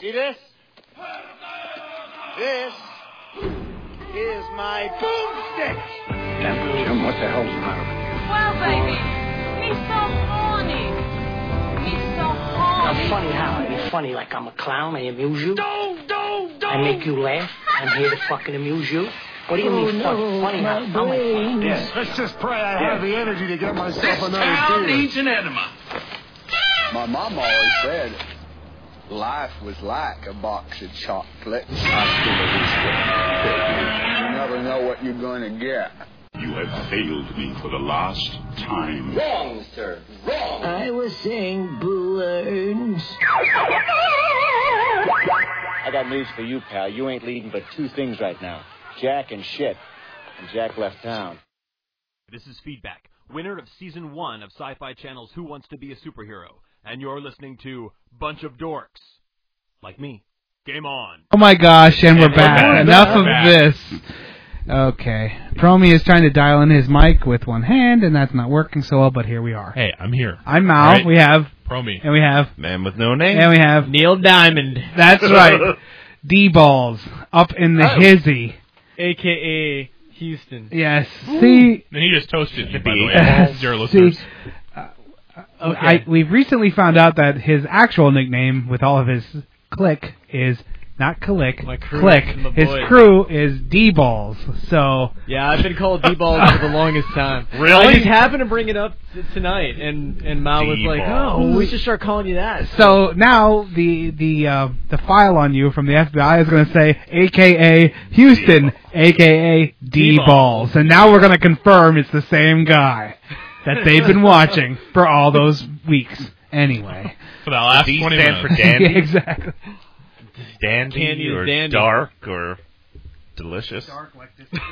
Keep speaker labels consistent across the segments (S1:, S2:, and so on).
S1: See this? This is my boomstick.
S2: Jim, what the hell's the matter with you?
S3: Well, baby, he's so horny. He's so
S4: I'm
S3: horny.
S4: funny how? Are you funny like I'm a clown? I amuse you?
S1: Don't, don't, don't.
S4: I make you laugh? I'm here to fucking amuse you? What do you mean funny? Funny how? How am I funny?
S2: Yes.
S5: Let's just pray I have the energy to get myself
S2: This
S5: another
S2: town
S5: beer.
S2: needs an enema.
S6: My mom always said life was like a box of chocolates. You never know what you're going to get.
S7: You have failed me for the last time.
S6: Wrong, sir. Wrong.
S4: I was saying balloons.
S1: I got news for you, pal. You ain't leading but two things right now Jack and shit. And Jack left town.
S8: This is Feedback, winner of Season 1 of Sci Fi Channel's Who Wants to Be a Superhero, and you're listening to Bunch of Dorks. Like me. Game on.
S9: Oh my gosh, and we're
S7: And we're
S9: back.
S7: back.
S9: Enough
S7: We're
S9: of
S7: back.
S9: this. Okay. Promi is trying to dial in his mic with one hand, and that's not working so well, but here we are.
S10: Hey, I'm here.
S9: I'm Mal.
S10: All right.
S9: We have,
S10: Pro me.
S9: and we have,
S10: Man with no name.
S9: and we have.
S11: Neil Diamond,
S9: That's right. D balls up in the hizzy.
S11: aka Houston.
S9: Yes. See,
S10: And he just toasted you, by the way.
S9: Yes.
S10: Dear
S9: See,
S10: listeners.
S9: I, we've recently found out that his actual nickname with all of his click is not Click,
S11: My crew,
S9: Click.
S11: my
S9: His
S11: boy.
S9: crew is D balls. So
S11: Yeah, I've been called D-Balls for the longest time.
S10: Really?
S11: I just happened to bring it up t- tonight, and and Mal was like,
S10: D-Balls.
S11: "Oh, we should start calling you that."
S9: So now the the uh, the file on you from the FBI is going to say, AKA Houston, AKA D balls, and now we're going to confirm it's the same guy that they've been watching for all those weeks. Anyway,
S10: for the last
S5: D
S10: 20
S5: stand for
S10: minutes.
S9: yeah,
S5: dandy,
S9: exactly.
S5: dandy,
S11: Candy is
S5: or
S11: dandy.
S5: dark, or delicious.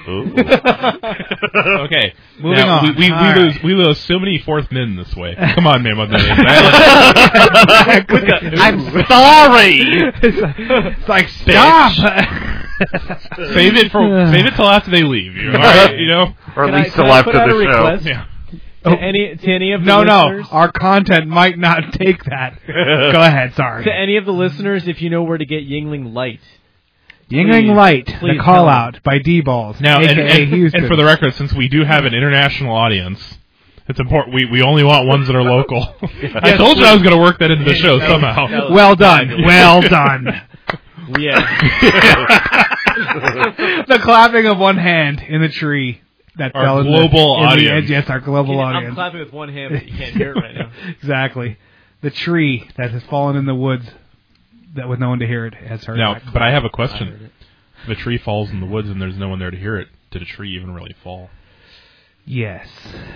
S5: Ooh.
S10: okay.
S9: Moving
S10: now,
S9: on.
S10: We, we, we,
S9: All
S10: lose,
S9: right.
S10: we lose so many fourth men this way. Come on, man with no name. With the-
S9: I'm
S5: Sorry.
S9: it's like, it's like, stop.
S10: save it for save it till after they leave. You, all right, you know.
S5: or at
S11: Can I-
S5: least
S11: can
S5: till
S11: I
S5: after
S11: put out a
S5: the show.
S11: request?
S10: Yeah.
S9: Oh.
S11: To any to any of the
S9: no, no,
S11: listeners,
S9: our content might not take that. Go ahead. Sorry.
S11: to any of the listeners, if you know where to get Yingling Light,
S9: Yingling
S11: Please,
S9: Light,
S11: please
S9: the call
S11: tell
S9: out by D Balls,
S10: Now, and,
S9: aka
S10: and,
S9: Houston.
S10: and for the record, since we do have an international audience, it's important. We, we only want ones that are local. I told you I was going to work that into the show somehow.
S9: well done, well done.
S11: yeah,
S9: the clapping of one hand in the tree that
S10: Our
S9: fell in the-
S10: global
S9: in the
S10: audience.
S9: edge. yes, our global
S11: I'm
S9: audience,
S11: clapping with one hand, but you can't hear it right now.
S9: exactly. The tree that has fallen in the woods, that with no one to hear it, has heard.
S10: now,
S9: that
S10: but
S9: clap.
S10: I have a question. If a tree falls in the woods and there's no one there to hear it, did a tree even really fall?
S9: yes,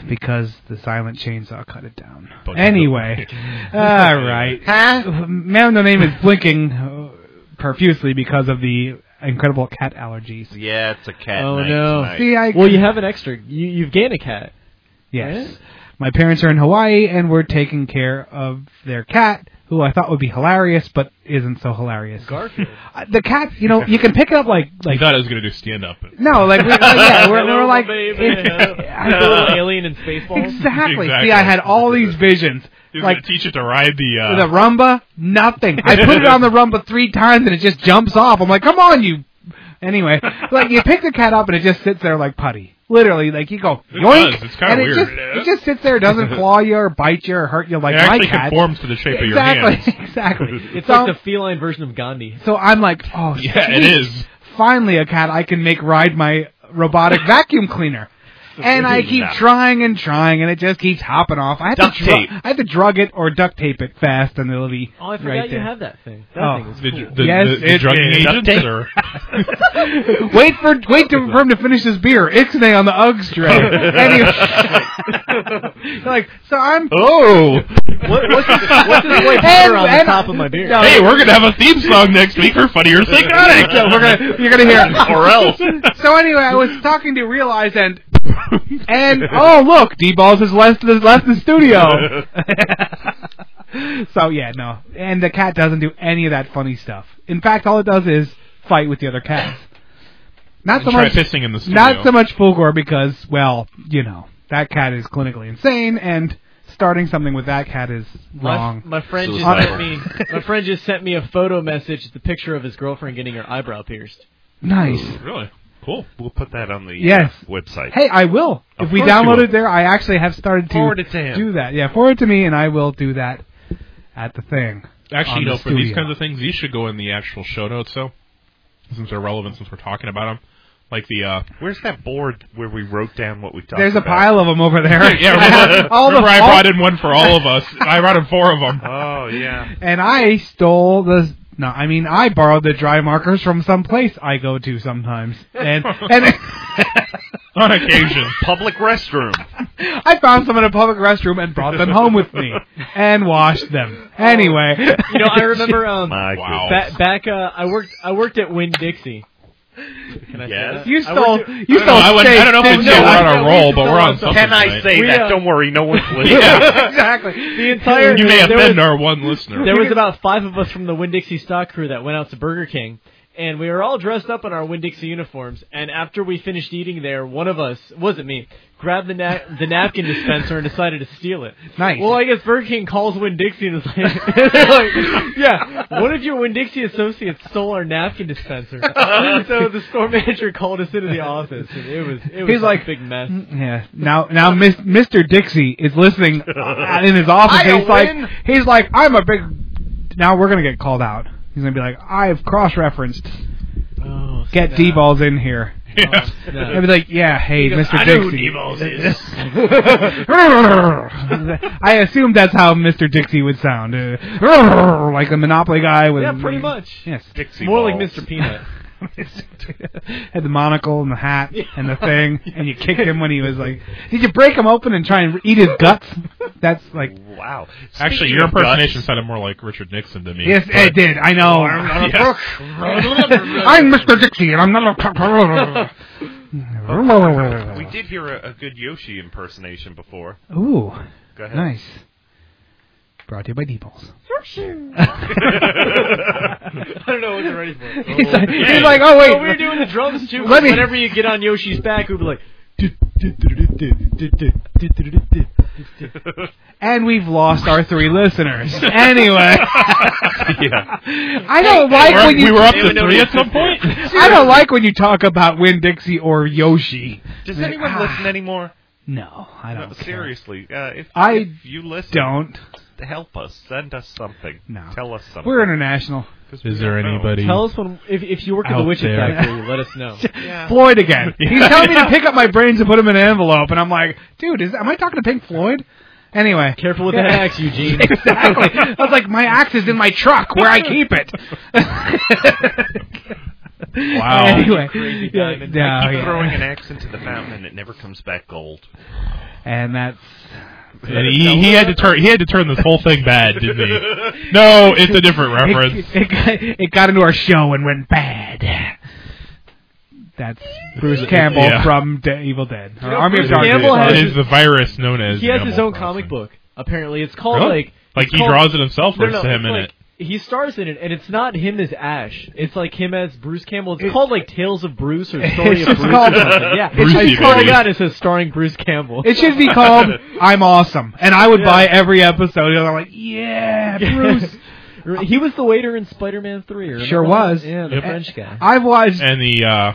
S9: because the silent chainsaw cut it down.
S10: But-
S9: anyway, all right. Huh? Man, the name is blinking uh, profusely because of the incredible cat allergies.
S5: Yeah, it's a cat.
S11: Oh,
S5: night
S11: no.
S5: tonight.
S9: See, I
S11: Well, you have an extra. You you've gained a cat.
S9: Yes.
S11: Right?
S9: My parents are in Hawaii and we're taking care of their cat, who I thought would be hilarious, but isn't so hilarious.
S11: Garfield.
S9: Uh, the cat, you know, you can pick it up like
S10: I
S9: like
S10: thought I was going to do stand up.
S9: no, like we, like, yeah, we're,
S11: Hello,
S9: we're like
S11: baby.
S9: I-
S11: The little alien in Spaceballs.
S9: exactly. See,
S10: Exactly.
S9: I had all these visions.
S10: He was
S9: Like
S10: going to teach it to ride the. Uh,
S11: Uh-huh.
S9: the rumba, nothing. I put it on the rumba three times and it just jumps off. I'm like, come on, you. Anyway, like you pick the cat up and it just sits there like putty. Literally, like you go
S10: It
S9: yoink,
S10: does. It's kinda
S9: and it
S10: weird.
S9: just it just sits there, doesn't claw you or bite you or hurt you like
S10: it
S9: my
S10: actually
S9: cat.
S10: conforms to the shape of your
S9: exactly,
S10: hands.
S9: exactly.
S11: It's
S9: so,
S11: like the feline version of Gandhi.
S9: so I'm like, oh
S10: Yeah, it
S9: sweet.
S10: is.
S9: Finally, a cat I can make ride my robotic vacuum cleaner. And I keep trying and trying, and it just keeps hopping off. I have
S5: Duct
S9: to dru-
S5: tape.
S9: I have to drug it or duct tape it fast, and it'll be
S11: Oh, I forgot
S9: right
S11: you
S9: there.
S11: have that thing. That
S9: Oh.
S11: thing is
S10: The,
S11: cool.
S10: the,
S9: Yes,
S10: the, the
S9: it
S10: drugging
S9: is.
S10: agents are.
S9: wait for wait to, for him to finish his beer. Ixnay on the Uggs tray. anyway, like so, I'm.
S10: Oh!
S11: What- what's his, what's his white
S9: And-
S11: powder on the
S9: and-
S11: top of my beard?
S9: No.
S10: Hey, we're gonna have a theme song next week for Funny or Psychotic.
S9: So we're gonna, you're gonna hear.
S10: or else.
S9: So anyway, I was talking to Realize and and oh look, D Balls has left the left the studio. so yeah, no, and the cat doesn't do any of that funny stuff. In fact, all it does is fight with the other cats. Not so
S10: try
S9: much
S10: pissing in the studio.
S9: Not so much Fulgore because, well, you know, that cat is clinically insane and starting something with that cat is wrong.
S11: My, my friend just sent me. My friend just sent me a photo message, the picture of his girlfriend getting her eyebrow pierced.
S9: Nice.
S5: Really? Cool. We'll put that on the
S9: Yes.
S5: uh, website.
S9: Hey, I will.
S5: Of
S9: if we
S5: course you
S9: download
S5: will.
S9: it there, I actually have started to,
S5: Forward it to him.
S9: do that. Yeah, forward to me, and I will do that at the thing.
S10: Actually,
S9: on
S10: you know,
S9: the
S10: for these
S9: studio.
S10: kinds of things, these should go in the actual show notes, though, since they're relevant, since we're talking about them. Like the uh,
S5: where's that board where we wrote down what we talked
S9: There's a
S5: about?
S9: pile of them over there.
S10: yeah,
S9: I have
S10: remember,
S9: all the
S10: remember I
S9: all-
S10: brought in one for all of us. I brought in four of them.
S5: Oh yeah.
S9: And I stole the. No, I mean I borrowed the dry markers from some place I go to sometimes, and and
S10: on occasion.
S5: Public restroom.
S9: I found some in a public restroom and brought them home with me and washed them.
S10: Oh.
S9: Anyway,
S11: You know, I remember. Um,
S5: My
S10: Wow.
S5: goodness.
S11: ba- back, uh, I worked. I worked at Win Dixie. Can I
S5: Yes.
S11: say that?
S9: you
S11: I worked
S9: stole
S11: at-
S9: you
S10: I don't know,
S9: stole
S10: I wouldn't-
S9: steak,
S10: I don't know if
S9: didn't
S10: we'd say
S9: you?
S10: we're on a roll, but we're on something.
S5: Can I
S10: tonight.
S5: say
S11: We,
S5: that?
S11: uh,
S5: Don't worry, no one's listening.
S9: exactly.
S11: The entire
S10: You may
S11: there
S10: offend
S11: was-
S10: our one listener.
S11: There was about five of us from the Winn Dixie stock crew that went out to Burger King, and we were all dressed up in our Winn Dixie uniforms. And after we finished eating there, one of us wasn't me grabbed the na- the napkin dispenser and decided to steal it.
S9: Nice.
S11: Well, I guess Burger King calls Winn Dixie and is like, they're like, yeah, one of your Winn Dixie associates stole our napkin dispenser. so the store manager called us into the office, and it was it was
S9: He's
S11: a
S9: like, "Mm,
S11: big mess.
S9: Yeah. Now, now, Mis- Mr. Dixie is listening uh, in his office.
S5: I
S9: he's like,
S5: win.
S9: he's like, I'm a big. Now we're gonna get called out. He's gonna be like, I've cross-referenced.
S11: Oh,
S9: Get
S11: snap.
S9: D balls in here.
S10: Yeah.
S9: And
S11: Snap.
S9: be like, yeah, hey,
S10: Because
S9: Mr.
S10: I know who
S9: Dixie.
S10: D-Balls is.
S9: I assume that's how Mr. Dixie would sound, uh, like the Monopoly guy with
S11: Yeah, pretty much.
S9: Yes,
S5: Dixie
S11: More like
S5: balls.
S11: Mr. Peanut.
S9: had the monocle and the hat and the thing, and you kicked him when he was like, did you break him open and try and eat his guts? That's like,
S5: Wow.
S10: Actually,
S5: Speaking
S10: your
S5: of guts-
S10: impersonation sounded more like Richard Nixon to me.
S9: yes,
S10: but-
S9: I did. I know.
S10: Yes.
S9: I'm Mr. Dixie, and I'm not a.
S5: We did hear a, a good Yoshi impersonation before.
S9: Ooh,
S5: Go ahead.
S9: nice. Brought to you by D-Balls.
S11: I don't know what you're ready for.
S9: He's like,
S5: yeah.
S9: he's like, oh wait,
S11: Well, we were doing the drums too.
S9: Let me-
S11: whenever you get on Yoshi's back, we'd be like,
S9: and we've lost our three listeners. Anyway,
S5: yeah.
S9: I don't like
S10: We're-
S9: when you.
S10: we were up
S5: Even
S10: to
S5: though
S10: three
S5: we-
S10: at some point.
S9: I don't like when you talk about Win Dixie or Yoshi.
S5: Does anyone
S9: Ah.
S5: listen anymore?
S9: No, I
S5: No,
S9: don't. care.
S5: seriously. Uh, if,
S9: I
S5: if you listen,
S9: Don't.
S5: help us. Send us something.
S9: No.
S5: Tell us something.
S9: We're international.
S5: 'Cause we
S10: Is there
S5: don't know.
S10: anybody?
S11: "Tell us when if, if you work at the
S10: Out
S11: Witch's
S10: there.
S11: Factory, let us know."
S5: Yeah.
S9: Floyd again. He's telling me to pick up my brains and put them in an envelope, and I'm like, dude, is am I talking to Pink Floyd? Anyway,
S11: Careful with that
S9: Yeah.
S11: axe, Eugene.
S9: exactly. I was like, my axe is in my truck where I keep it.
S10: Wow.
S9: Anyway,
S11: Crazy
S9: yeah,
S11: diamond.
S9: yeah,
S5: Keep
S9: yeah.
S5: throwing an axe into the fountain and it never comes back gold.
S9: and that's
S10: And he, he had to turn he had to turn this whole thing bad, didn't he? No, it's a different
S9: it,
S10: reference.
S9: it, got- it got into our show and went bad. That's Bruce Campbell
S10: yeah.
S9: from De- Evil Dead. Or Army
S11: Bruce
S9: of Darkness.
S11: Campbell has-
S10: it is the virus known as.
S11: he has his
S10: Animal
S11: own
S10: Crossing.
S11: comic book. Apparently, it's called
S10: Really?
S11: like
S10: Like
S11: it's
S10: he
S11: called-
S10: draws it himself,
S11: No,
S10: or
S11: no,
S10: it's him
S11: it's
S10: in
S11: like,
S10: it.
S11: He stars in it, and it's not him as Ash. It's like him as Bruce Campbell. It's called like Tales of Bruce or Story
S9: It's
S11: of Bruce.
S9: called-
S11: or something. Yeah,
S10: Brucey,
S11: it's called
S10: baby.
S11: that. It says uh, starring Bruce Campbell.
S9: It should be called "I'm Awesome," and I would
S11: Yeah.
S9: buy every episode. And I'm like, yeah, Bruce.
S11: he was the waiter in Spider-Man Three. remember
S9: Sure
S11: that?
S9: was. Oh,
S11: Yeah, the
S10: Yep.
S11: French guy.
S9: I've watched
S10: And the uh,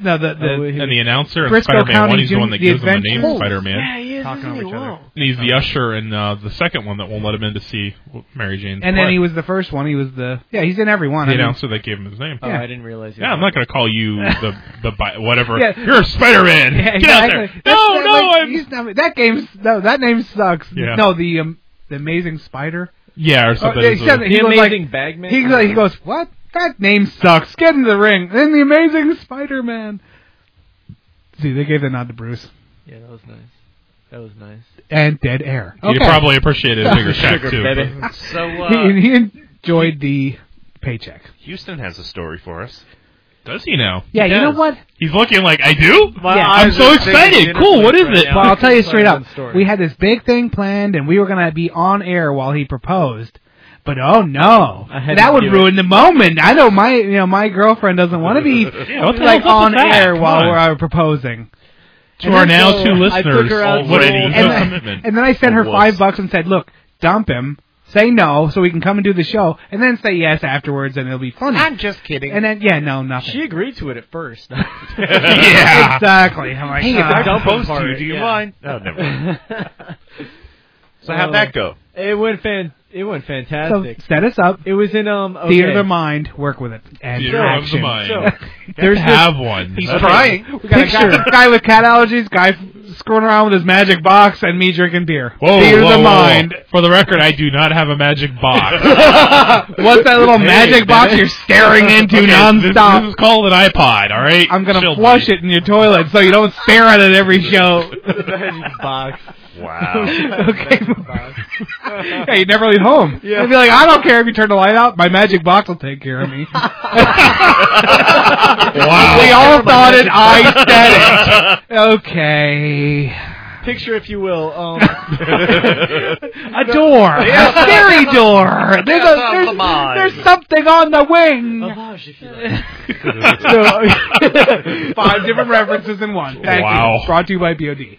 S9: no the,
S11: Oh,
S9: the
S11: wait.
S10: and the announcer in
S9: Briscoe
S10: Spider Man
S9: County
S10: one, he's the
S9: Jim-
S10: one that
S9: the
S10: gives him the
S9: Adventure-
S10: name
S9: Oh,
S10: Spider Man.
S11: Yeah, he is.
S9: Talking
S11: isn't
S9: over
S11: he?
S9: each other.
S11: Wow.
S10: And he's the usher in uh, the second one that won't let him in to see Mary Jane.
S9: and then he was the first one. He was the yeah. He's in every one.
S10: the
S9: I mean,
S10: announcer that gave him his name.
S11: Oh,
S9: Yeah.
S11: I didn't realize. he
S10: Yeah,
S11: was
S10: I'm not gonna call you the the bi- whatever.
S9: Yeah.
S10: You're Spider Man.
S9: yeah,
S10: Get out
S9: exactly.
S10: there.
S9: That's-
S10: No,
S9: that-
S10: no,
S9: like,
S10: I'm
S9: he's not- that game's no. That name sucks.
S10: Yeah.
S9: No, the um, the Amazing Spider. Oh,
S10: yeah or something.
S9: yeah,
S10: It's
S9: he
S10: a-
S9: said that
S11: the
S9: he was like-
S11: amazing Bagman.
S9: He goes, he goes, what? That name sucks. Get in the ring. Then the Amazing Spider-Man. See, they gave the nod to Bruce
S11: Yeah, that was nice. That was nice.
S9: and Dead Air.
S10: You'd probably appreciate it a bigger check too.
S5: So,
S9: he,
S5: uh,
S9: he enjoyed the paycheck.
S5: Houston has a story for us.
S10: Does he now?
S9: Yeah, you know
S11: does.
S9: what?
S10: He's looking like I do.
S9: Yeah.
S10: I'm so excited. Cool. What is it?
S11: Yeah,
S9: well, I'll tell you
S11: it's
S9: straight
S11: like
S9: up.
S11: one story.
S9: We had this big thing planned, and we were going to be on air while he proposed. But oh no,
S11: I had
S9: that
S11: to
S9: would
S11: do
S9: ruin the moment. I know my you know my girlfriend doesn't want to be
S10: what the hell's
S9: like
S10: up
S9: on
S10: with that?
S9: air
S10: Come
S9: while
S10: on.
S9: we're uh, proposing.
S10: To our now two
S11: I took
S10: listeners
S11: her out
S10: already,
S11: to-
S10: no
S9: and, then-
S10: commitment.
S9: and then I sent
S10: A
S9: her
S10: wuss.
S9: five bucks and said, "Look, dump him, say no, so we can come and do the show, and then say yes afterwards, and it'll be funny."
S12: I'm just kidding.
S9: And then yeah, no, nothing.
S11: She agreed to it at first.
S10: Yeah.
S9: exactly. I'm like,
S12: Hey, if
S9: uh,
S12: I
S11: Dumping
S12: propose to
S11: part,
S12: you, do you
S11: yeah.
S12: mind? Oh, never mind. So how'd
S11: Oh.
S12: that go?
S11: It went fan. It went
S9: so
S11: fantastic.
S9: set us up.
S11: it was in um okay.
S9: Theater of the mind, work with it. And
S10: Theater of the
S9: action.
S10: mind.
S11: So,
S10: There's
S11: There's this-
S10: have one.
S12: He's trying.
S9: We got a guy,
S11: Picture.
S9: guy with cat allergies, guy f- screwing around with his magic box, and me drinking beer.
S10: Whoa,
S9: Theater
S10: whoa,
S9: of
S10: whoa,
S9: the
S10: whoa.
S9: mind.
S10: For the record, I do not have a magic box.
S9: What's that little
S10: Hey,
S9: magic box
S10: baby.
S9: you're staring into
S10: Okay,
S9: nonstop?
S10: This, this is called an iPod. All right,
S9: I'm gonna
S10: Chill,
S9: flush
S10: please.
S9: it in your toilet so you don't stare at it every show.
S11: box.
S5: Wow.
S9: okay. yeah, you never leave home. Yeah. You'd be like, I don't care if you turn the light out. My magic box will take care of me.
S10: Wow.
S9: We all thought it. I said it. Okay.
S11: Picture, if you will. Um,
S9: A door. A scary door. There's, a, there's, there's something on the wing.
S11: lavage, if you will.
S9: Five different references in one. Thank
S10: Wow.
S9: you. Brought to you by BOD.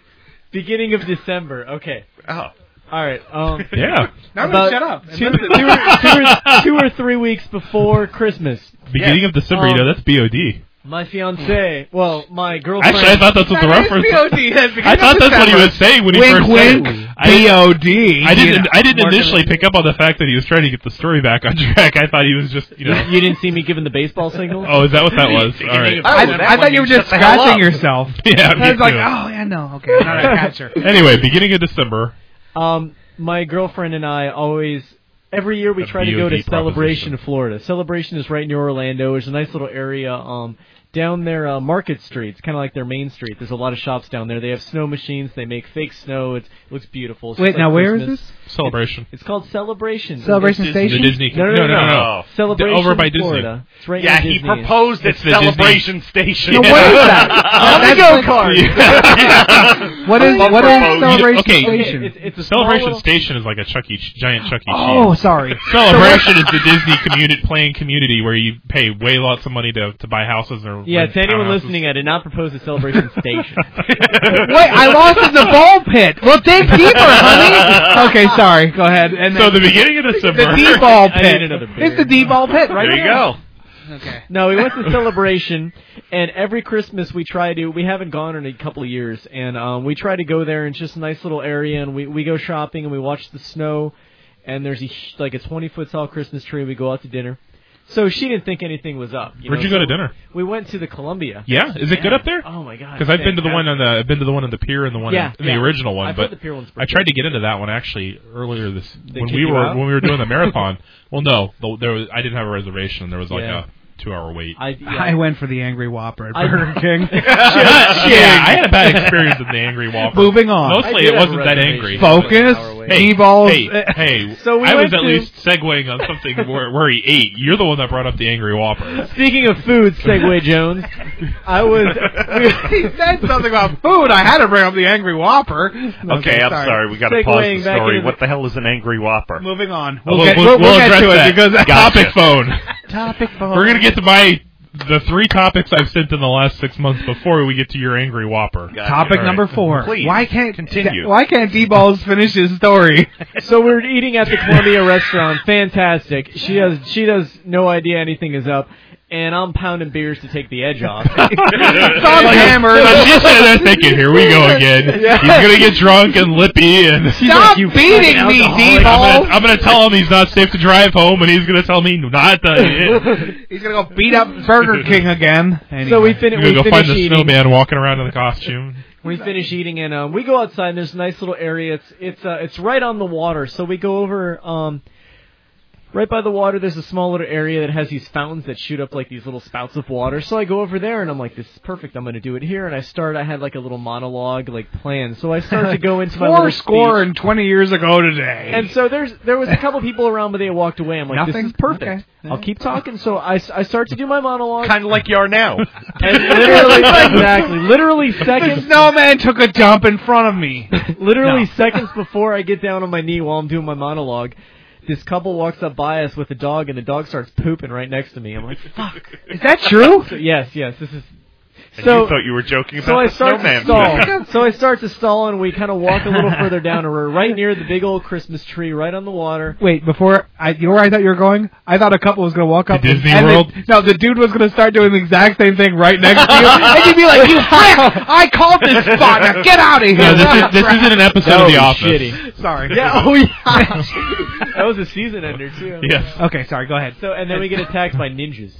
S11: Beginning of December. Okay.
S5: Oh.
S11: All right. Um,
S10: Yeah.
S9: Now I'm
S11: About
S9: gonna shut up. and
S11: two,
S9: listen.
S11: two or, two, or, two or three weeks before Christmas,
S10: Beginning of December, you know that's BOD.
S11: my fiance, well, my girlfriend.
S10: Actually, I thought that's what the
S9: That is
S10: reference.
S9: BOD, that's because
S10: I thought
S9: of
S10: that's what he
S9: December.
S10: was saying when he first said
S9: Wink,
S10: it.
S9: wink.
S10: I-
S9: B.O.D.
S10: I didn't. I didn't
S11: Marketing.
S10: initially pick up on the fact that he was trying to get the story back on track. I thought he was just, you know.
S11: you didn't see me giving the baseball signal.
S10: Oh, is that what that was? All right.
S9: I,
S12: Oh, that
S9: I
S12: one
S9: thought you were
S12: shut
S9: just
S12: the hell
S9: scratching
S12: up.
S9: yourself.
S10: Yeah.
S9: I
S10: me
S9: was like,
S10: too.
S9: oh, yeah, no, okay, I'm not a catcher.
S10: Anyway, beginning of December.
S11: Um, my girlfriend and I always every year we
S10: A
S11: try to go
S10: VOD
S11: to Celebration,
S10: proposition.
S11: Florida. Celebration is right near Orlando. It's a nice little area. Um, down their uh, Market Street, it's kind of like their main street. There's a lot of shops down there. They have snow machines. They make fake snow. It's, it looks beautiful. It's just
S9: Wait,
S11: like
S9: now where is
S11: Christmas.
S9: this?
S10: Celebration.
S11: It's called Celebration.
S9: Celebration
S11: It's-
S10: The
S9: Station?
S10: Disney.
S11: No, no, no,
S10: no.
S11: no.
S5: no.
S11: Celebration
S10: Over by Disney.
S11: Florida. It's right
S12: Yeah,
S11: near
S12: he
S11: Disney.
S12: proposed at
S10: It's the Disney-
S12: Celebration Station.
S9: No, what is that?
S12: On the
S9: That's
S12: go
S9: like-
S12: kart.
S9: What is
S12: Love
S9: what is
S12: proposed.
S9: Celebration
S10: okay.
S9: Station?
S11: It's, it's a small
S10: Celebration
S11: little-
S10: Station is like a Chuck E. Ch- giant Chuck E. Cheese.
S9: oh, sorry.
S10: Celebration is the Disney community playing community where you pay way lots of money to to buy houses or
S11: Yeah,
S10: rent
S11: to anyone
S10: townhouses.
S11: listening, I did not propose a Celebration Station.
S9: Wait, I lost in the ball pit. Well, dig deeper, honey. Okay, sorry. Go ahead. And
S10: So
S9: then
S10: the beginning of December.
S9: the D ball
S11: I
S9: pit.
S11: need another beer.
S9: It's the D ball pit, right
S12: There you go.
S11: No, we went to celebration, and every Christmas we try to. We haven't gone in a couple of years, and um, we try to go there. And it's just a nice little area, and we we go shopping and we watch the snow. And there's a, sh- like a 20 foot tall Christmas tree. We go out to dinner. So she didn't think anything was up.
S10: Where'd
S11: know,
S10: you go
S11: so
S10: to dinner?
S11: We went to the Columbia.
S10: Yeah, is it good up there?
S11: Oh my god!
S10: Because I've been to the one on the I've been to the one on the pier and the one
S11: Yeah,
S10: in
S11: yeah.
S10: the original one,
S11: I've
S10: but
S11: heard the pier one's
S10: I
S11: pretty
S10: tried to get into that one actually earlier this
S11: They
S10: when
S11: kick
S10: we
S11: you
S10: were
S11: out?
S10: when we were doing the marathon. well, no, the, there was I didn't have a reservation and there was like
S11: Yeah.
S10: a two hour wait.
S11: I, yeah.
S9: I went for the angry Whopper at
S11: I-
S9: Burger King.
S10: yeah, I had a bad experience with the angry Whopper.
S9: Moving on.
S11: I
S10: Mostly
S11: did
S10: it
S11: have a
S10: wasn't that
S11: reservation.
S10: angry.
S9: Focus.
S10: Hey,
S9: D-balls.
S10: Hey, hey
S11: So we
S10: I was
S11: went
S10: at
S11: to-
S10: least segueing on something where, where he ate. You're the one that brought up the angry Whopper.
S11: Speaking of food, Segway Jones, I was.
S9: he said something about food. I had to bring up the angry Whopper.
S12: Okay, I'm sorry. We got to pause the
S11: Segueing back
S12: story.
S11: into
S12: What the hell is an angry whopper?
S9: Moving on.
S10: We'll,
S9: We'll, get,
S10: we'll-
S9: we'll,
S10: we'll
S9: get
S10: address
S9: to
S10: that.
S9: it because
S10: Gotcha. topic phone.
S9: topic phone.
S10: We're gonna get to my the three topics I've sent in the last six months before we get to your angry whopper.
S12: Gotcha.
S9: topic
S10: All right.
S9: number four.
S12: Please,
S9: why can't
S12: continue.
S9: Why can't D-balls finish his story?
S11: So we're eating at the Columbia restaurant. Fantastic. She has she does no idea anything is up, and I'm pounding beers to take the edge off.
S9: Tom Hammer.
S10: I'm just sitting there thinking, here we go again. He's gonna get drunk and lippy, and
S9: Stop beating
S11: fucking
S9: me,
S11: alcoholic.
S10: I'm gonna,
S9: D-balls.
S10: I'm gonna tell him he's not safe to drive home, and he's gonna tell me not to.
S9: He's gonna go beat up Burger King again.
S11: so we
S9: Anyway.
S10: We're
S11: fin-
S10: gonna
S11: we
S10: go
S11: finish
S10: find the
S11: eating.
S10: snowman walking around in the costume.
S11: We finish eating, and um, we go outside. And there's a nice little area. It's it's uh, it's right on the water. So we go over. Um, Right by the water, there's a small little area that has these fountains that shoot up like these little spouts of water. So I go over there and I'm like, "This is perfect. I'm going to do it here." And I start. I had like a little monologue, like planned. So I start to go into my little
S9: Four score
S11: speech.
S9: and twenty years ago today.
S11: And so there's there was a couple people around, but they walked away. I'm like,
S9: Nothing?
S11: this is perfect.
S9: Okay.
S11: I'll keep talking. So I, I start to do my monologue,
S12: Kind of like you are now.
S11: and literally exactly, literally
S9: the
S11: seconds,
S9: snowman took a dump in front of me.
S11: literally
S9: No.
S11: seconds before I get down on my knee while I'm doing my monologue. This couple walks up by us with a dog, and the dog starts pooping right next to me. I'm like, fuck.
S9: Is that true?
S11: Yes, yes, this is.
S5: And
S11: So-
S5: you thought you were joking about
S11: So I
S5: the
S11: start to
S5: snowman.
S11: stall. so I start to stall, and we kind of walk a little further down, and we're right near the big old Christmas tree, right on the water.
S9: Wait, before I, you know where I thought you were going? I thought a couple was gonna walk up
S10: Disney
S9: and
S10: World?
S9: then- no, the dude was gonna start doing the exact same thing right next to you, and you'd be like, "You prick! I called this spot. Now get out of here!"
S10: No, this, is, this isn't an episode of
S9: That would
S10: The
S9: be
S10: Office.
S11: shitty.
S9: Sorry.
S11: Yeah. Oh yeah. that was a season ender too.
S10: Yes.
S9: Okay, sorry. Go ahead.
S11: So and then we get attacked by ninjas.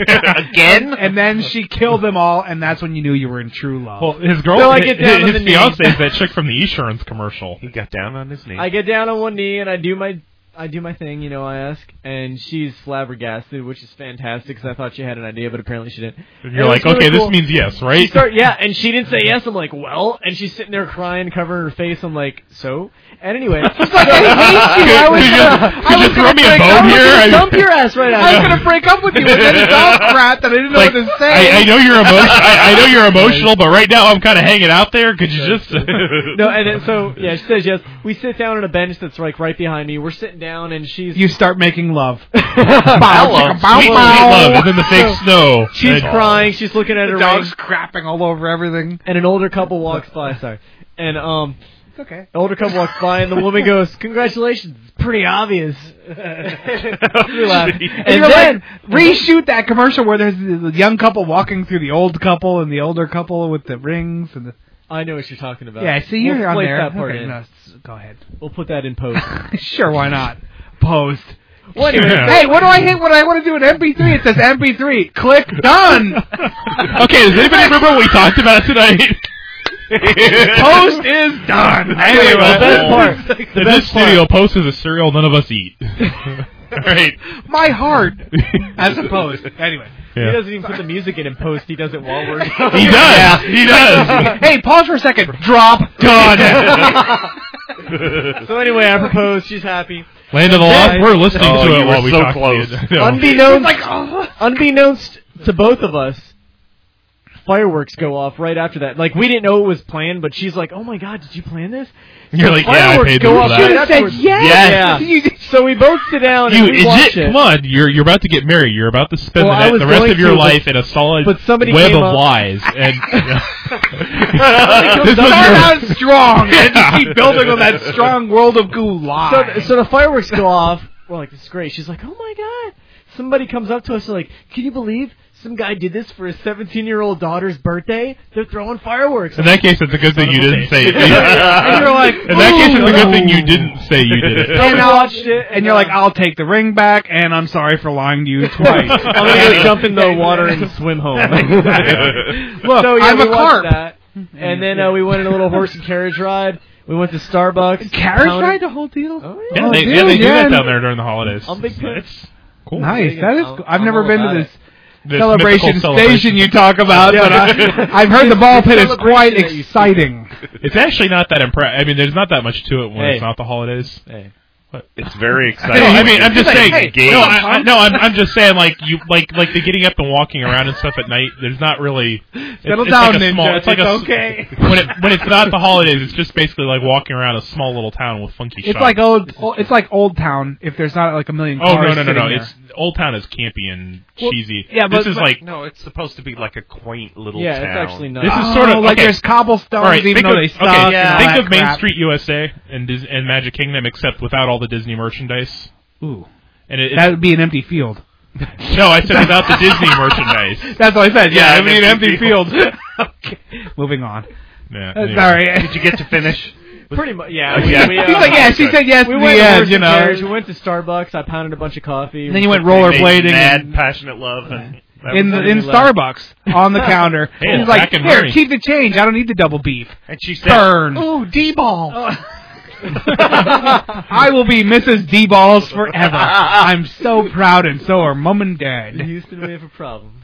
S9: Again? And then she killed them all, and that's when you knew you were in true love.
S10: Well, his girl,
S11: So I get down on
S10: his, his
S11: the knee.
S10: fiance is that chick from the insurance commercial.
S5: He got down on his knee.
S9: Mm-hmm.
S11: I get down on one knee and I do my I do my thing, you know. I ask, and she's flabbergasted, which is fantastic because I thought she had an idea, but apparently she didn't.
S10: And you're
S11: it
S10: like,
S11: was really
S10: okay,
S11: cool.
S10: this means yes,
S11: She
S10: right?
S11: start, yeah, and she didn't say
S9: Mm-hmm.
S11: yes. I'm like, well, and she's sitting there crying, covering her face. I'm like, so. And anyway,
S9: It's like I hate you. I was
S10: Could you-
S9: gonna,
S10: could
S9: I
S10: you
S9: was gonna
S10: throw me a
S9: break
S10: bone
S9: up with
S10: here?
S9: you.
S10: I-
S11: dump your ass right
S9: I was
S11: out.
S9: gonna break up with you, and then it's all crap that I didn't know
S10: Like,
S9: what to say.
S10: I, I know you're emotional. I, I know you're emotional, but right now I'm kind of hanging out there. Could you just?
S11: No, and then so yeah, she says yes. We sit down on a bench that's like right behind me. We're sitting down, and she's
S9: You start making love.
S10: Sweet, sweet love, and then the fake snow.
S11: she's
S10: And-
S11: crying. She's looking at
S9: The
S11: her
S9: dog's
S11: ring,
S9: crapping all over everything.
S11: and an older couple walks by. Sorry, and um,
S9: It's okay.
S11: an older couple walks by, and the woman goes, "Congratulations, it's pretty obvious." we laugh. and
S9: And you're
S11: then
S9: like, reshoot that commercial where there's the young couple walking through the old couple and the older couple with the rings and the
S11: I know what you're talking about.
S9: yeah. See, you're
S11: we'll
S9: on
S11: place
S9: there.
S11: That part
S9: Okay,
S11: in.
S9: no, s- go ahead.
S11: We'll put that in post.
S9: sure, why not? Post.
S11: well, anyway,
S10: Yeah.
S9: Hey, what do I hit? What do I want to do in MP3? It says MP3. Click done.
S10: okay, does anybody remember what we talked about tonight?
S9: Post is done.
S10: Anyway, the best
S11: part-
S10: In this studio, Post is a cereal none of us eat. All right.
S9: My heart. As opposed. Anyway.
S10: Yeah.
S11: He doesn't even put the music in in post. He does it while we're.
S10: He does. He does.
S9: hey, pause for a second. Drop.
S10: God.
S11: so anyway, I propose. She's happy.
S10: Land of the Lost. We're listening
S12: Oh,
S10: to
S12: you
S10: it
S12: were
S10: while we
S12: so
S10: talk
S12: close.
S10: To you. No.
S11: Unbeknownst,
S9: oh.
S11: unbeknownst to both of us, fireworks go off right after that. Like we didn't know it was planned, but she's like, "Oh my god, did you plan this?"
S10: You're like, yeah, I
S11: fireworks
S10: paid
S11: go
S10: them for
S11: off
S10: that.
S11: right
S9: Should've said
S11: afterwards.
S9: yes.
S11: Yeah. So we both sit down
S10: You,
S11: and we watch
S10: is it,
S11: it.
S10: Come on, you're you're about to get married. You're about to spend
S11: Well, I
S10: the, ne-
S11: was
S10: the rest
S11: going
S10: of your
S11: to, but-
S10: life in a solid
S11: but somebody
S10: web
S11: came
S10: of
S11: up-
S10: lies. And
S9: Start
S10: this was your,
S9: out strong and
S10: Yeah.
S9: keep building on that strong world of goulash.
S11: So, so the fireworks go off. We're like, "This is great." She's like, "Oh my god!" Somebody comes up to us and like, "Can you believe some guy did this for his 17-year-old daughter's birthday? They're throwing fireworks."
S10: in that case, it's a good thing you didn't say. It.
S11: and you're like,
S10: in that case, it's a good
S11: "Ooh."
S10: thing you didn't say you did it.
S11: So we
S9: And I'll-
S11: watched it,
S9: and you're like, I'll take the ring back, and I'm sorry for lying to you twice.
S11: I'm gonna go jump in the water and swim home.
S9: Look,
S11: so yeah,
S9: I'm
S11: we
S9: a
S11: watched
S9: carp.
S11: that, and then uh, we went on a little horse and carriage ride. We went to Starbucks.
S9: Carriage
S11: pounded-
S9: ride the whole deal.
S11: Oh,
S10: Yeah,
S9: Oh,
S10: they,
S9: dude,
S10: yeah, they do
S9: yeah.
S10: that down there during the holidays.
S11: I'm big fan.
S10: It's cool.
S9: Nice. That is.
S11: I'm-
S9: Cool. I've
S11: I'm
S9: never
S11: all
S9: been to
S11: about
S9: this.
S11: it.
S10: This
S9: celebration,
S10: mythical celebration.
S9: station you talk about, but I, I've heard the ball pit is quite
S11: Celebration that you see.
S9: exciting.
S10: It's actually not that impressive. I mean, there's not that much to it when
S11: Hey.
S10: it's not the holidays.
S11: Hey.
S12: It's very
S10: No,
S12: exciting.
S10: I mean, I'm just
S12: It's
S10: saying.
S12: engaged.
S10: no, I, I, no, I'm, I'm just saying. Like you, like like the getting up and walking around and stuff at night. There's not really. It's,
S9: Settle
S10: it's
S9: down,
S10: like a
S9: ninja.
S10: Small, it's like
S9: It's
S10: a s-
S9: okay.
S10: When it when it's not the holidays, it's just basically like walking around a small little town with funky.
S9: It's
S10: shops.
S9: like old. It's like Old Town. If there's not like a million
S10: oh
S9: cars
S10: no no no
S9: sitting
S10: no!
S9: there.
S10: It's Old Town is campy and
S9: Well,
S10: cheesy.
S9: yeah,
S10: this
S9: but-
S10: is
S9: but-
S10: like
S5: no, it's supposed to be like a quaint little
S11: Yeah,
S5: town.
S11: it's actually not.
S10: This is
S9: Oh,
S10: sort of-
S9: like
S10: okay.
S9: there's cobblestones,
S10: all right.
S9: even
S10: Think
S9: though
S10: of,
S9: they
S10: okay,
S9: suck. and all
S10: think
S9: that
S10: of Main
S9: crap.
S10: Street USA and Dis- and Magic Kingdom, except without all the Disney merchandise.
S9: Ooh,
S10: And it,
S9: that would be an empty field.
S10: no, I said without the Disney merchandise.
S9: That's what I said. Yeah,
S10: Yeah,
S9: I
S10: an
S9: mean an
S10: empty
S9: empty field. okay, moving on.
S10: Yeah,
S9: Uh,
S10: anyway.
S9: Sorry.
S12: Did you get to finish?
S11: Pretty much, yeah.
S12: Oh,
S11: we-
S12: yeah.
S11: We,
S9: She's
S11: uh,
S9: like, yeah, she said yes
S11: we
S9: to
S11: went
S9: the
S11: to
S9: end,
S11: horse
S9: you
S11: and carriage, We
S9: know.
S11: went to Starbucks. I pounded a bunch of coffee.
S9: And then you went
S12: They
S9: rollerblading
S12: mad,
S9: and-
S12: passionate love. And that
S9: In
S12: was
S9: the,
S12: it.
S9: in Starbucks on the counter,
S10: Hey,
S9: and
S10: it's
S9: he's like,
S10: back in
S9: "Here,
S10: money."
S9: keep the change. I don't need the double beef.
S12: and she said,
S9: Turn.
S12: "Ooh,
S11: Oh.
S12: D-ball."
S9: I will be Mrs. D Balls forever. I'm so proud, and so are Mum and Dad.
S11: Houston, we have a problem.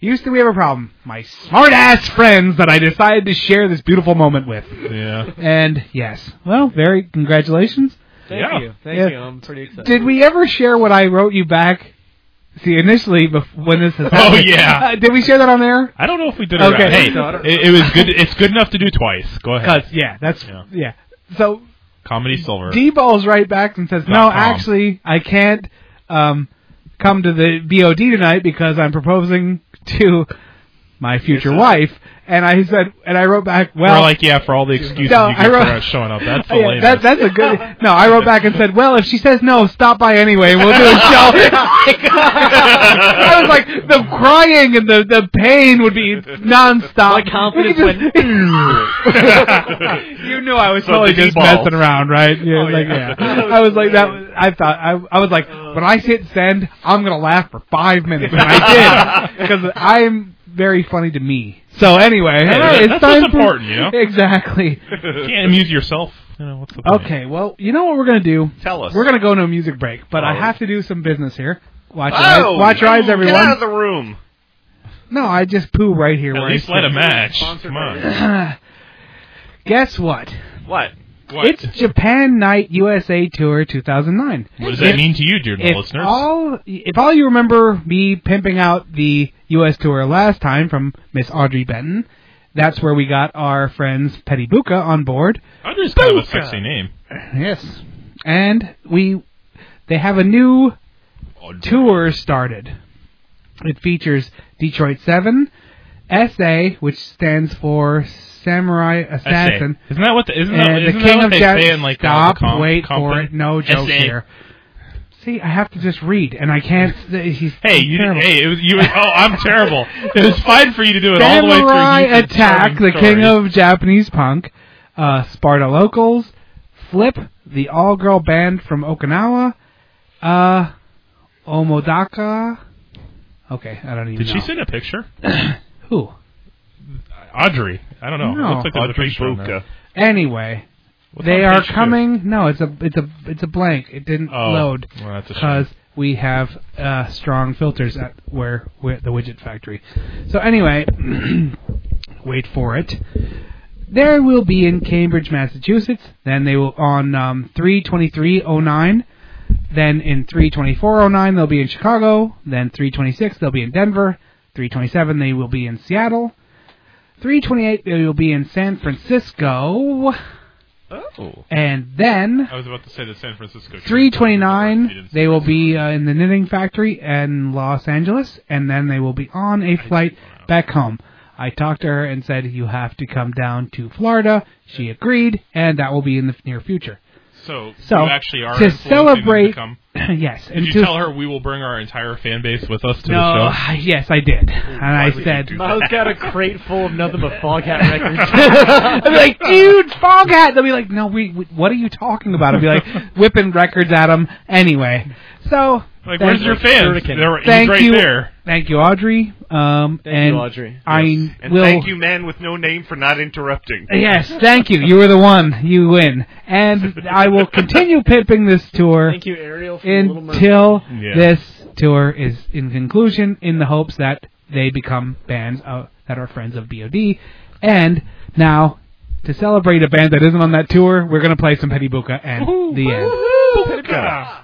S9: Used to we have a problem. My smart ass friends that I decided to share this beautiful moment with.
S10: Yeah.
S9: And yes. Well, very congratulations.
S11: Thank
S10: Yeah.
S11: you. Thank
S9: Yeah.
S11: you. I'm pretty excited.
S9: Did we ever share what I wrote you back? See, initially, bef- when this has happened.
S10: yeah.
S9: Uh, did we share that on air?
S10: I don't know if we did it. or
S9: Okay.
S10: not. Hey,
S9: No, I don't-
S10: it, it was good. It's good enough to do twice. Go ahead.
S9: Because, yeah, that's.
S10: Yeah.
S9: Yeah. So,
S10: Comedy Silver.
S9: D Ball's right back and says, No,
S10: Dot com.
S9: actually, I can't um, come to the BOD tonight because I'm proposing to my future wife, and I said, and I wrote back, well,
S10: Or like, yeah, for all the excuses
S9: No,
S10: you
S9: I
S10: get
S9: wrote-
S10: for not showing up. That's the
S9: Oh, Yeah,
S10: latest.
S9: that, that's a good. No, I wrote back and said, "Well, if she says no, stop by anyway. We'll do a show." I was like, the crying and the, the pain would be nonstop. My
S11: confidence
S9: you knew I was totally just messing around, right?
S10: Oh,
S9: Yeah, like, yeah. I was like that. was- I thought I, I was like, when I hit send, I'm gonna laugh for five minutes, and I did because I'm very funny to me. So anyway,
S10: Hey,
S9: all right,
S10: that's
S9: it's
S10: what's
S9: time for-
S10: important, you know?
S9: Exactly.
S10: Can't amuse yourself. You know, what's the point?
S9: Okay, well, you know what we're gonna do?
S10: Tell us.
S9: We're gonna go into a music break, but I
S10: Oh.
S9: have to do some business here. Watch your eyes, watch your eyes, everyone.
S5: Oh, Get out of the room.
S9: No, I just poo right here.
S10: At
S9: where
S10: least
S9: I
S10: light a
S9: sit.
S10: match. Come on.
S9: Guess what?
S5: What?
S9: It's Japan Night USA Tour 2009.
S10: What does that
S9: If-
S10: mean to you, dear
S9: If
S10: listeners?
S9: all if all you remember me pimping out the U.S. tour last time from Miss Audrey Benton, that's where we got our friends Petty Buka on board.
S10: Audrey's kind of a sexy name.
S9: Yes, and we they have a new tour started. It features Detroit Seven, SA, which stands for Samurai Assassin.
S10: Essay. Isn't that what? The, isn't that,
S9: and
S10: isn't
S9: the
S10: that
S9: King
S10: what
S9: of
S10: they
S9: Jap-
S10: say in like all
S9: Stop,
S10: the com-
S9: wait
S10: comp-
S9: for it. No joke
S10: Essay.
S9: here. See, I have to just read, and I can't. He's
S10: Hey,
S9: he's
S10: you,
S9: terrible.
S10: hey, it was, you. Oh, I'm terrible. It was fine for you to do it all the way through.
S9: Samurai
S10: You did
S9: Attack, the
S10: charming
S9: king
S10: stories.
S9: of Japanese punk, uh, Sparta Locals, Flip, the all-girl band from Okinawa, uh, Omodaka. Okay, I don't even.
S10: Did
S9: know.
S10: she send a picture?
S9: Who?
S10: Audrey. I don't know.
S9: No.
S10: It looks like there's a
S9: Audrey
S10: picture on
S9: Buca.
S10: there.
S9: Anyway,
S10: What's
S9: they
S10: on
S9: are
S10: page two?
S9: coming. No, it's a it's a it's a blank. It didn't
S10: Oh,
S9: load
S10: well, that's a shame.
S9: because we have uh, strong filters at where where the widget factory. So anyway, wait for it. There will be in Cambridge, Massachusetts. Then they will on um, three twenty three oh nine. Then in three twenty four oh nine they'll be in Chicago. Then three twenty six they'll be in Denver. Three twenty seven they will be in Seattle. 328 they will be in San Francisco.
S10: Oh.
S9: And then
S10: I was about to say the San Francisco. Tribune.
S9: 329 they will be uh, in the knitting factory in Los Angeles and then they will be on a flight back home. I talked to her and said you have to come down to Florida. She agreed and that will be in the near future.
S10: So,
S9: So,
S10: you actually are
S9: to
S10: influencing them
S9: celebrate-
S10: To come.
S9: yes,
S10: Did
S9: and
S10: you
S9: to-
S10: tell her we will bring our entire fan base with us to
S9: no,
S10: the show?
S9: yes, I did. and I
S10: would you
S9: said,
S10: do
S11: Miles got a crate full of nothing but fog hat
S9: I'd
S11: records.
S9: be like, dude, fog hat. They'll be like, no, we, we what are you talking about? I'd be like, whipping records at them. Anyway, so
S10: Like,
S9: thank-
S10: where's your fans?
S11: Shuriken.
S10: They're, he's
S9: Thank
S10: right
S9: you,
S10: there.
S9: thank you, Audrey. Um,
S11: Thank
S9: and
S11: you, Audrey.
S9: I
S5: And
S9: will.
S5: thank you, man with no name, for not interrupting.
S9: Yes, thank you. You were the one. You win, and I will continue pimping this tour
S11: Thank you, Ariel. From Little Mermaid.
S9: until
S10: Yeah.
S9: this tour is in conclusion, in the hopes that they become bands uh, that are friends of BOD. And now, to celebrate a band that isn't on that tour, we're going to play some Petty Buka and the end.
S3: Oh,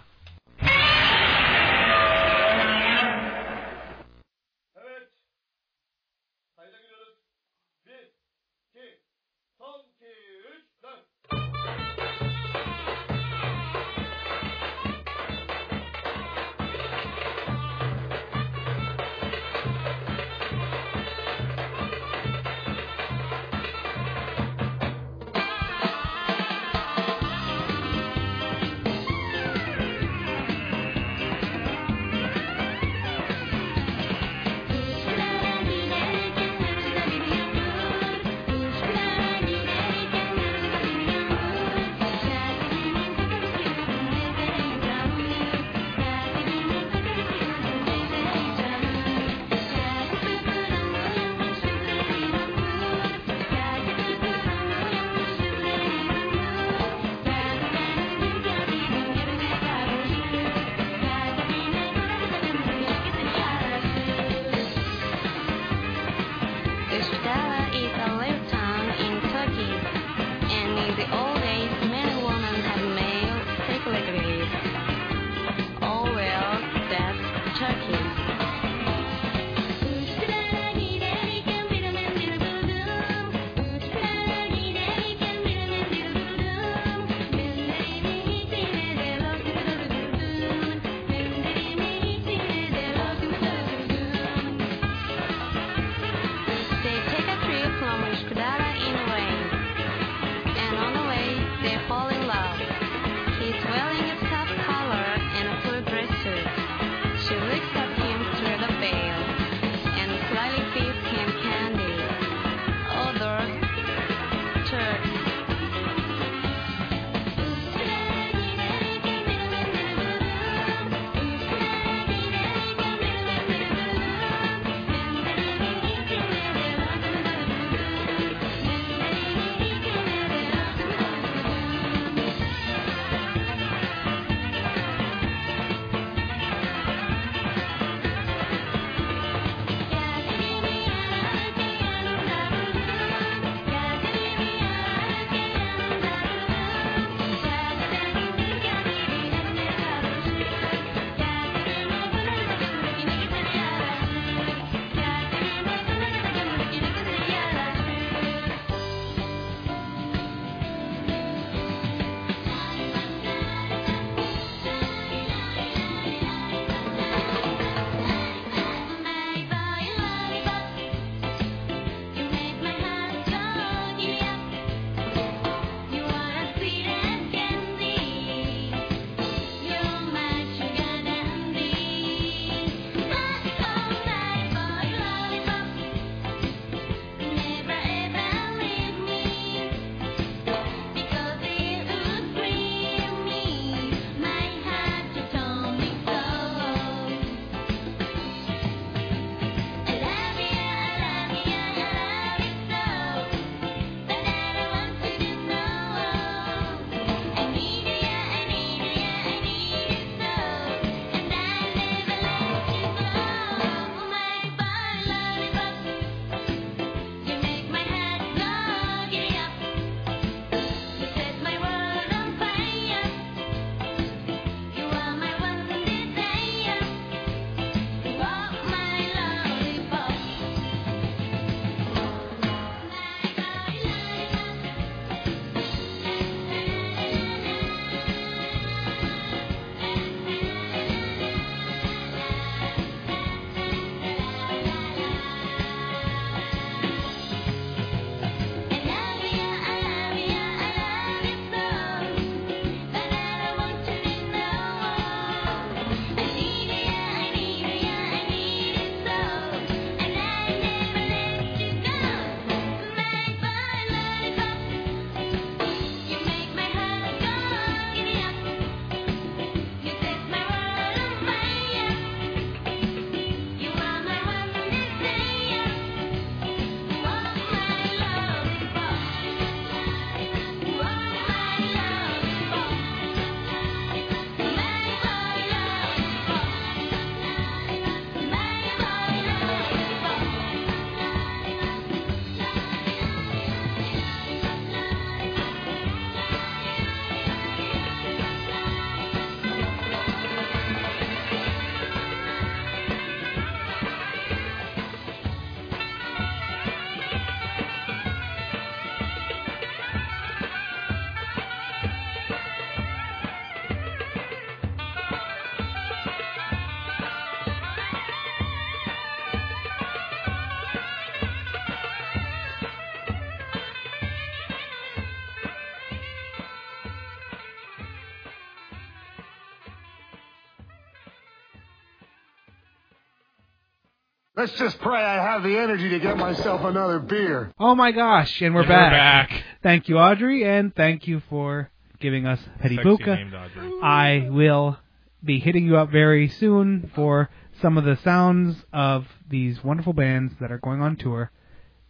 S13: Let's just pray I have the energy to get myself another beer.
S9: Oh my gosh, and we're
S13: And we're
S9: back.
S13: back.
S9: Thank you, Audrey, and thank you for giving us Petty
S10: Sexy
S9: Buka.
S10: named Audrey.
S9: I will be hitting you up very soon for some of the sounds of these wonderful bands that are going on tour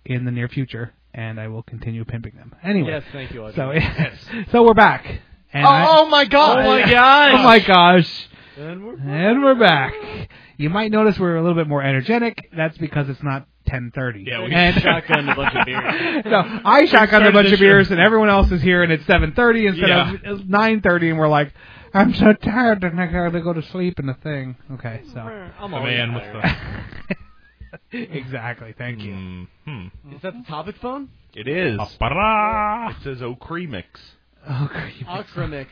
S9: in the near future, and I will continue pimping them. Anyway,
S11: Yes, thank you, Audrey.
S9: So,
S11: Yes.
S9: so we're back. And
S11: Oh,
S9: I-
S11: oh my God. Oh my gosh.
S9: oh my gosh!
S11: And we're
S9: And we're back. You might notice we're a little bit more energetic. That's because it's not 10:30.
S11: Yeah, we
S9: And-
S11: shotgunned a bunch of beers.
S9: no, I
S11: We
S9: shotgunned a
S11: started
S9: bunch
S11: the
S9: of beers,
S11: show-
S9: and everyone else is here, and it's 7:30 instead of 9:30, and we're like, I'm so tired, and I gotta go to sleep and the thing. Okay, so
S11: I'm The always man with tired.
S9: exactly. Thank you.
S10: hmm,
S11: Is that the topic phone?
S5: It is.
S10: Oh, Apara.
S5: It says Okremix.
S10: Hmm.
S11: Ocramix.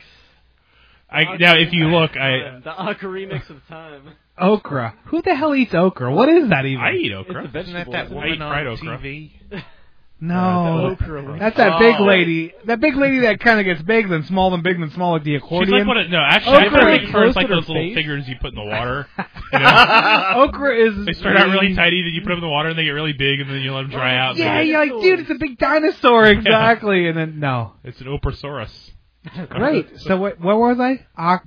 S10: I, now, if you look, I
S11: the Ocramix of time.
S9: Okra. Who the hell eats okra? What is that even?
S10: I eat okra.
S11: It's a vegetable.
S5: that
S11: I
S5: woman
S11: eat
S5: on
S11: fried
S5: okra. TV?
S11: Uh,
S9: No,
S11: the okra.
S9: that's that big
S11: Oh.
S9: lady. That big lady that kind of gets big, then small, then big, then small, like the
S10: She's
S9: accordion.
S10: like what? It, no, actually,
S9: okra,
S10: I think
S9: close
S10: first like
S9: to her
S10: those little
S9: face.
S10: figures you put in the water. You know?
S9: okra is.
S10: They start out really tiny, then you put them in the water, and they get really big, and then you let them dry out. and
S9: Oh, Yeah,
S10: they-
S9: you're like, dude, it's a big dinosaur, exactly. And then no,
S10: It's an Oprosaurus.
S9: Great. So what? Where was I? Oc-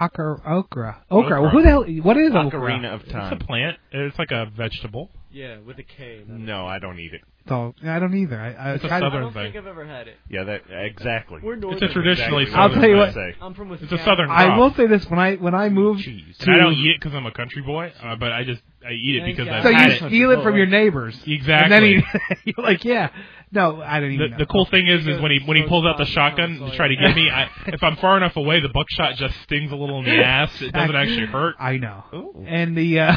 S9: Okra, okra, okra.
S10: Okra.
S9: Who the hell? What is okra?
S5: Ocarina of Time.
S10: It's a plant. It's like a vegetable.
S11: Yeah, with a K.
S5: No, I don't eat it.
S9: So I don't either. I, I
S10: It's a
S9: tried-
S10: southern
S11: I don't
S10: thing.
S11: think I've ever had it.
S5: Yeah, that exactly.
S11: We're northern.
S10: It's a traditionally
S5: Exactly.
S9: I'll
S10: southern
S9: tell you what.
S10: thing.
S11: I'm from
S10: It's
S11: Wisconsin.
S10: a southern
S9: I
S10: crop.
S9: will say this when I when I moved to
S10: And I don't eat it because I'm a country boy, uh, but I just I eat it
S11: Thank
S10: because
S11: God.
S10: I've
S9: so
S10: had
S9: you
S10: it.
S9: steal it from your neighbors. And
S10: Exactly.
S9: then he, you're like, yeah. No, I didn't even
S10: the,
S9: know.
S10: the cool thing is, is when he when he pulls out the shotgun to try to get me, I, if I'm far enough away, the buckshot just stings a little in the ass. It doesn't actually hurt.
S9: I know. And the uh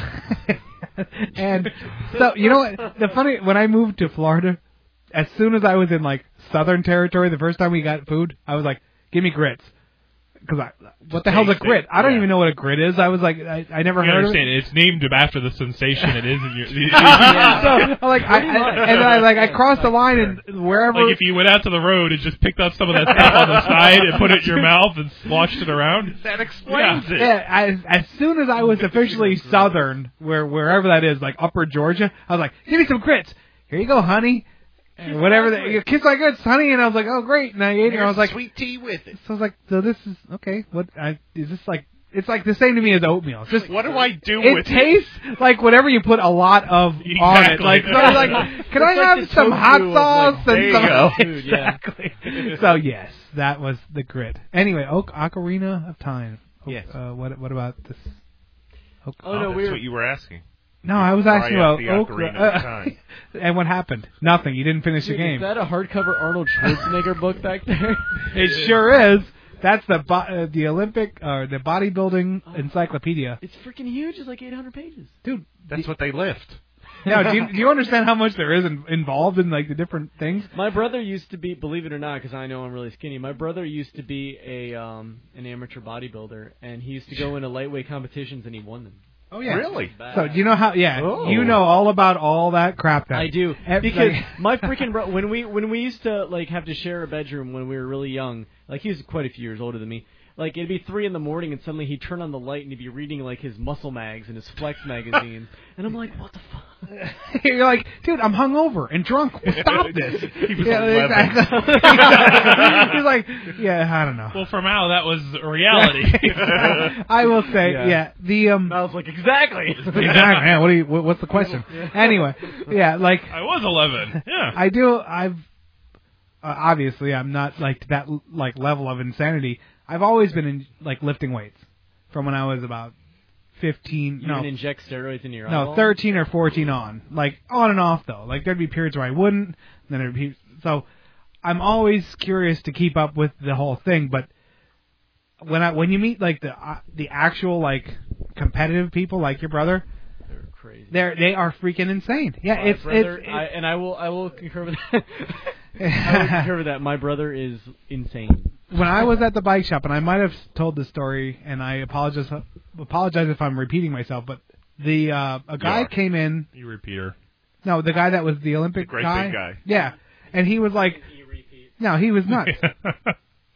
S9: and so you know what the funny when I moved to Florida, as soon as I was in like southern territory, the first time we got food, I was like, "Give me grits." Cuz I what the hell's a
S10: taste it.
S9: grit? I don't even know what a grit is. I was like I, I never
S10: You
S9: heard of it.
S10: understand? It's named after the sensation it is in your.
S9: So I'm like I, I, and I like I crossed the line and wherever
S10: Like if you went out to the road and just picked up some of that stuff on the side and put it in your mouth and sloshed it around.
S5: That explains
S9: yeah,
S5: it.
S9: I, as soon as I was officially southern, where wherever that is, like upper Georgia, I was like, "Give me some grits. Here you go, honey." And whatever that you kiss my grits, honey, and I was like, "Oh, great!" And I ate it. And I was like,
S5: sweet tea with it.
S9: "So I was like, so this is okay. What I, is this like? It's like the same to me as oatmeal. It's just
S5: What do I do
S9: it
S5: with
S9: tastes like whatever you put a lot of on it.
S10: Exactly.
S9: Like, so I was like, "Can I have some hot sauce
S10: like,
S9: and
S10: there you
S9: some?"
S10: go. Food, yeah.
S9: exactly. so yes, that was the grit. Anyway, o- Ocarina of Time. O-
S5: Yes.
S9: Uh, what What about this? O-
S11: Oh, no,
S5: that's
S11: we're-
S5: what you were asking.
S9: No, I was
S5: Cry
S9: asking
S5: out
S9: about
S5: the
S9: okra.
S5: Ocarina of
S9: Uh,
S5: Time.
S9: and what happened? Nothing. You didn't finish
S11: Dude,
S9: the
S11: Is
S9: game.
S11: that a hardcover Arnold Schwarzenegger book back there?
S9: It sure is. That's the bo- uh, the Olympic or the bodybuilding encyclopedia.
S11: It's freaking huge. It's like 800 pages.
S9: Dude,
S5: That's what they lift.
S9: now do you, do you understand how much there is in, involved in like the different things?
S11: My brother used to be, believe it or not, because I know I'm really skinny. My brother used to be a um, an amateur bodybuilder, and he used to go into lightweight competitions and he won them.
S9: Oh yeah.
S5: Really?
S9: So do you know how? Yeah,
S11: Oh.
S9: you know all about all that crap. That
S11: I do
S9: Ev-
S11: because
S9: like-
S11: my freaking bro when we when we used to like have to share a bedroom when we were really young, like he was quite a few years older than me. Like it'd be three in the morning and suddenly he'd turn on the light and he'd be reading like his muscle mags and his flex magazines, and I'm like, what the fuck?
S9: you're like, dude, I'm hungover and drunk. Well, stop this.
S10: He was
S9: yeah,
S10: 11.
S9: exactly. He's like, yeah, I don't know.
S10: Well, for Mal, that was reality.
S9: I will say, yeah.
S10: Yeah.
S9: the um,
S11: I was like, exactly.
S9: exactly. Yeah, what do you? What, what's the question? Anyway, yeah, like
S10: I was 11. Yeah.
S9: I do. I've uh, obviously I'm not like to that like level of insanity. I've always been in like lifting weights from when I was about fifteen.
S11: You
S9: no,
S11: can inject steroids in your
S9: No,
S11: eyeball?
S9: thirteen or fourteen on, like on and off though. Like there'd be periods where I wouldn't, and then there'd be so. I'm always curious to keep up with the whole thing, but when I when you meet like the uh, the actual like competitive people, like your brother,
S11: They're crazy.
S9: they're they are freaking insane. Yeah,
S11: My
S9: it's
S11: brother,
S9: it's.
S11: I, and I will I will concur with that. I will concur with that. My brother is insane.
S9: when I was at the bike shop, and I might have told the story, and I apologize apologize if I'm repeating myself, but the uh, a guy
S10: are.
S9: came in.
S10: You repeater.
S9: No, the guy that was the Olympic
S10: The great
S9: guy.
S10: big guy.
S9: Yeah, and he was like, no, he was nuts.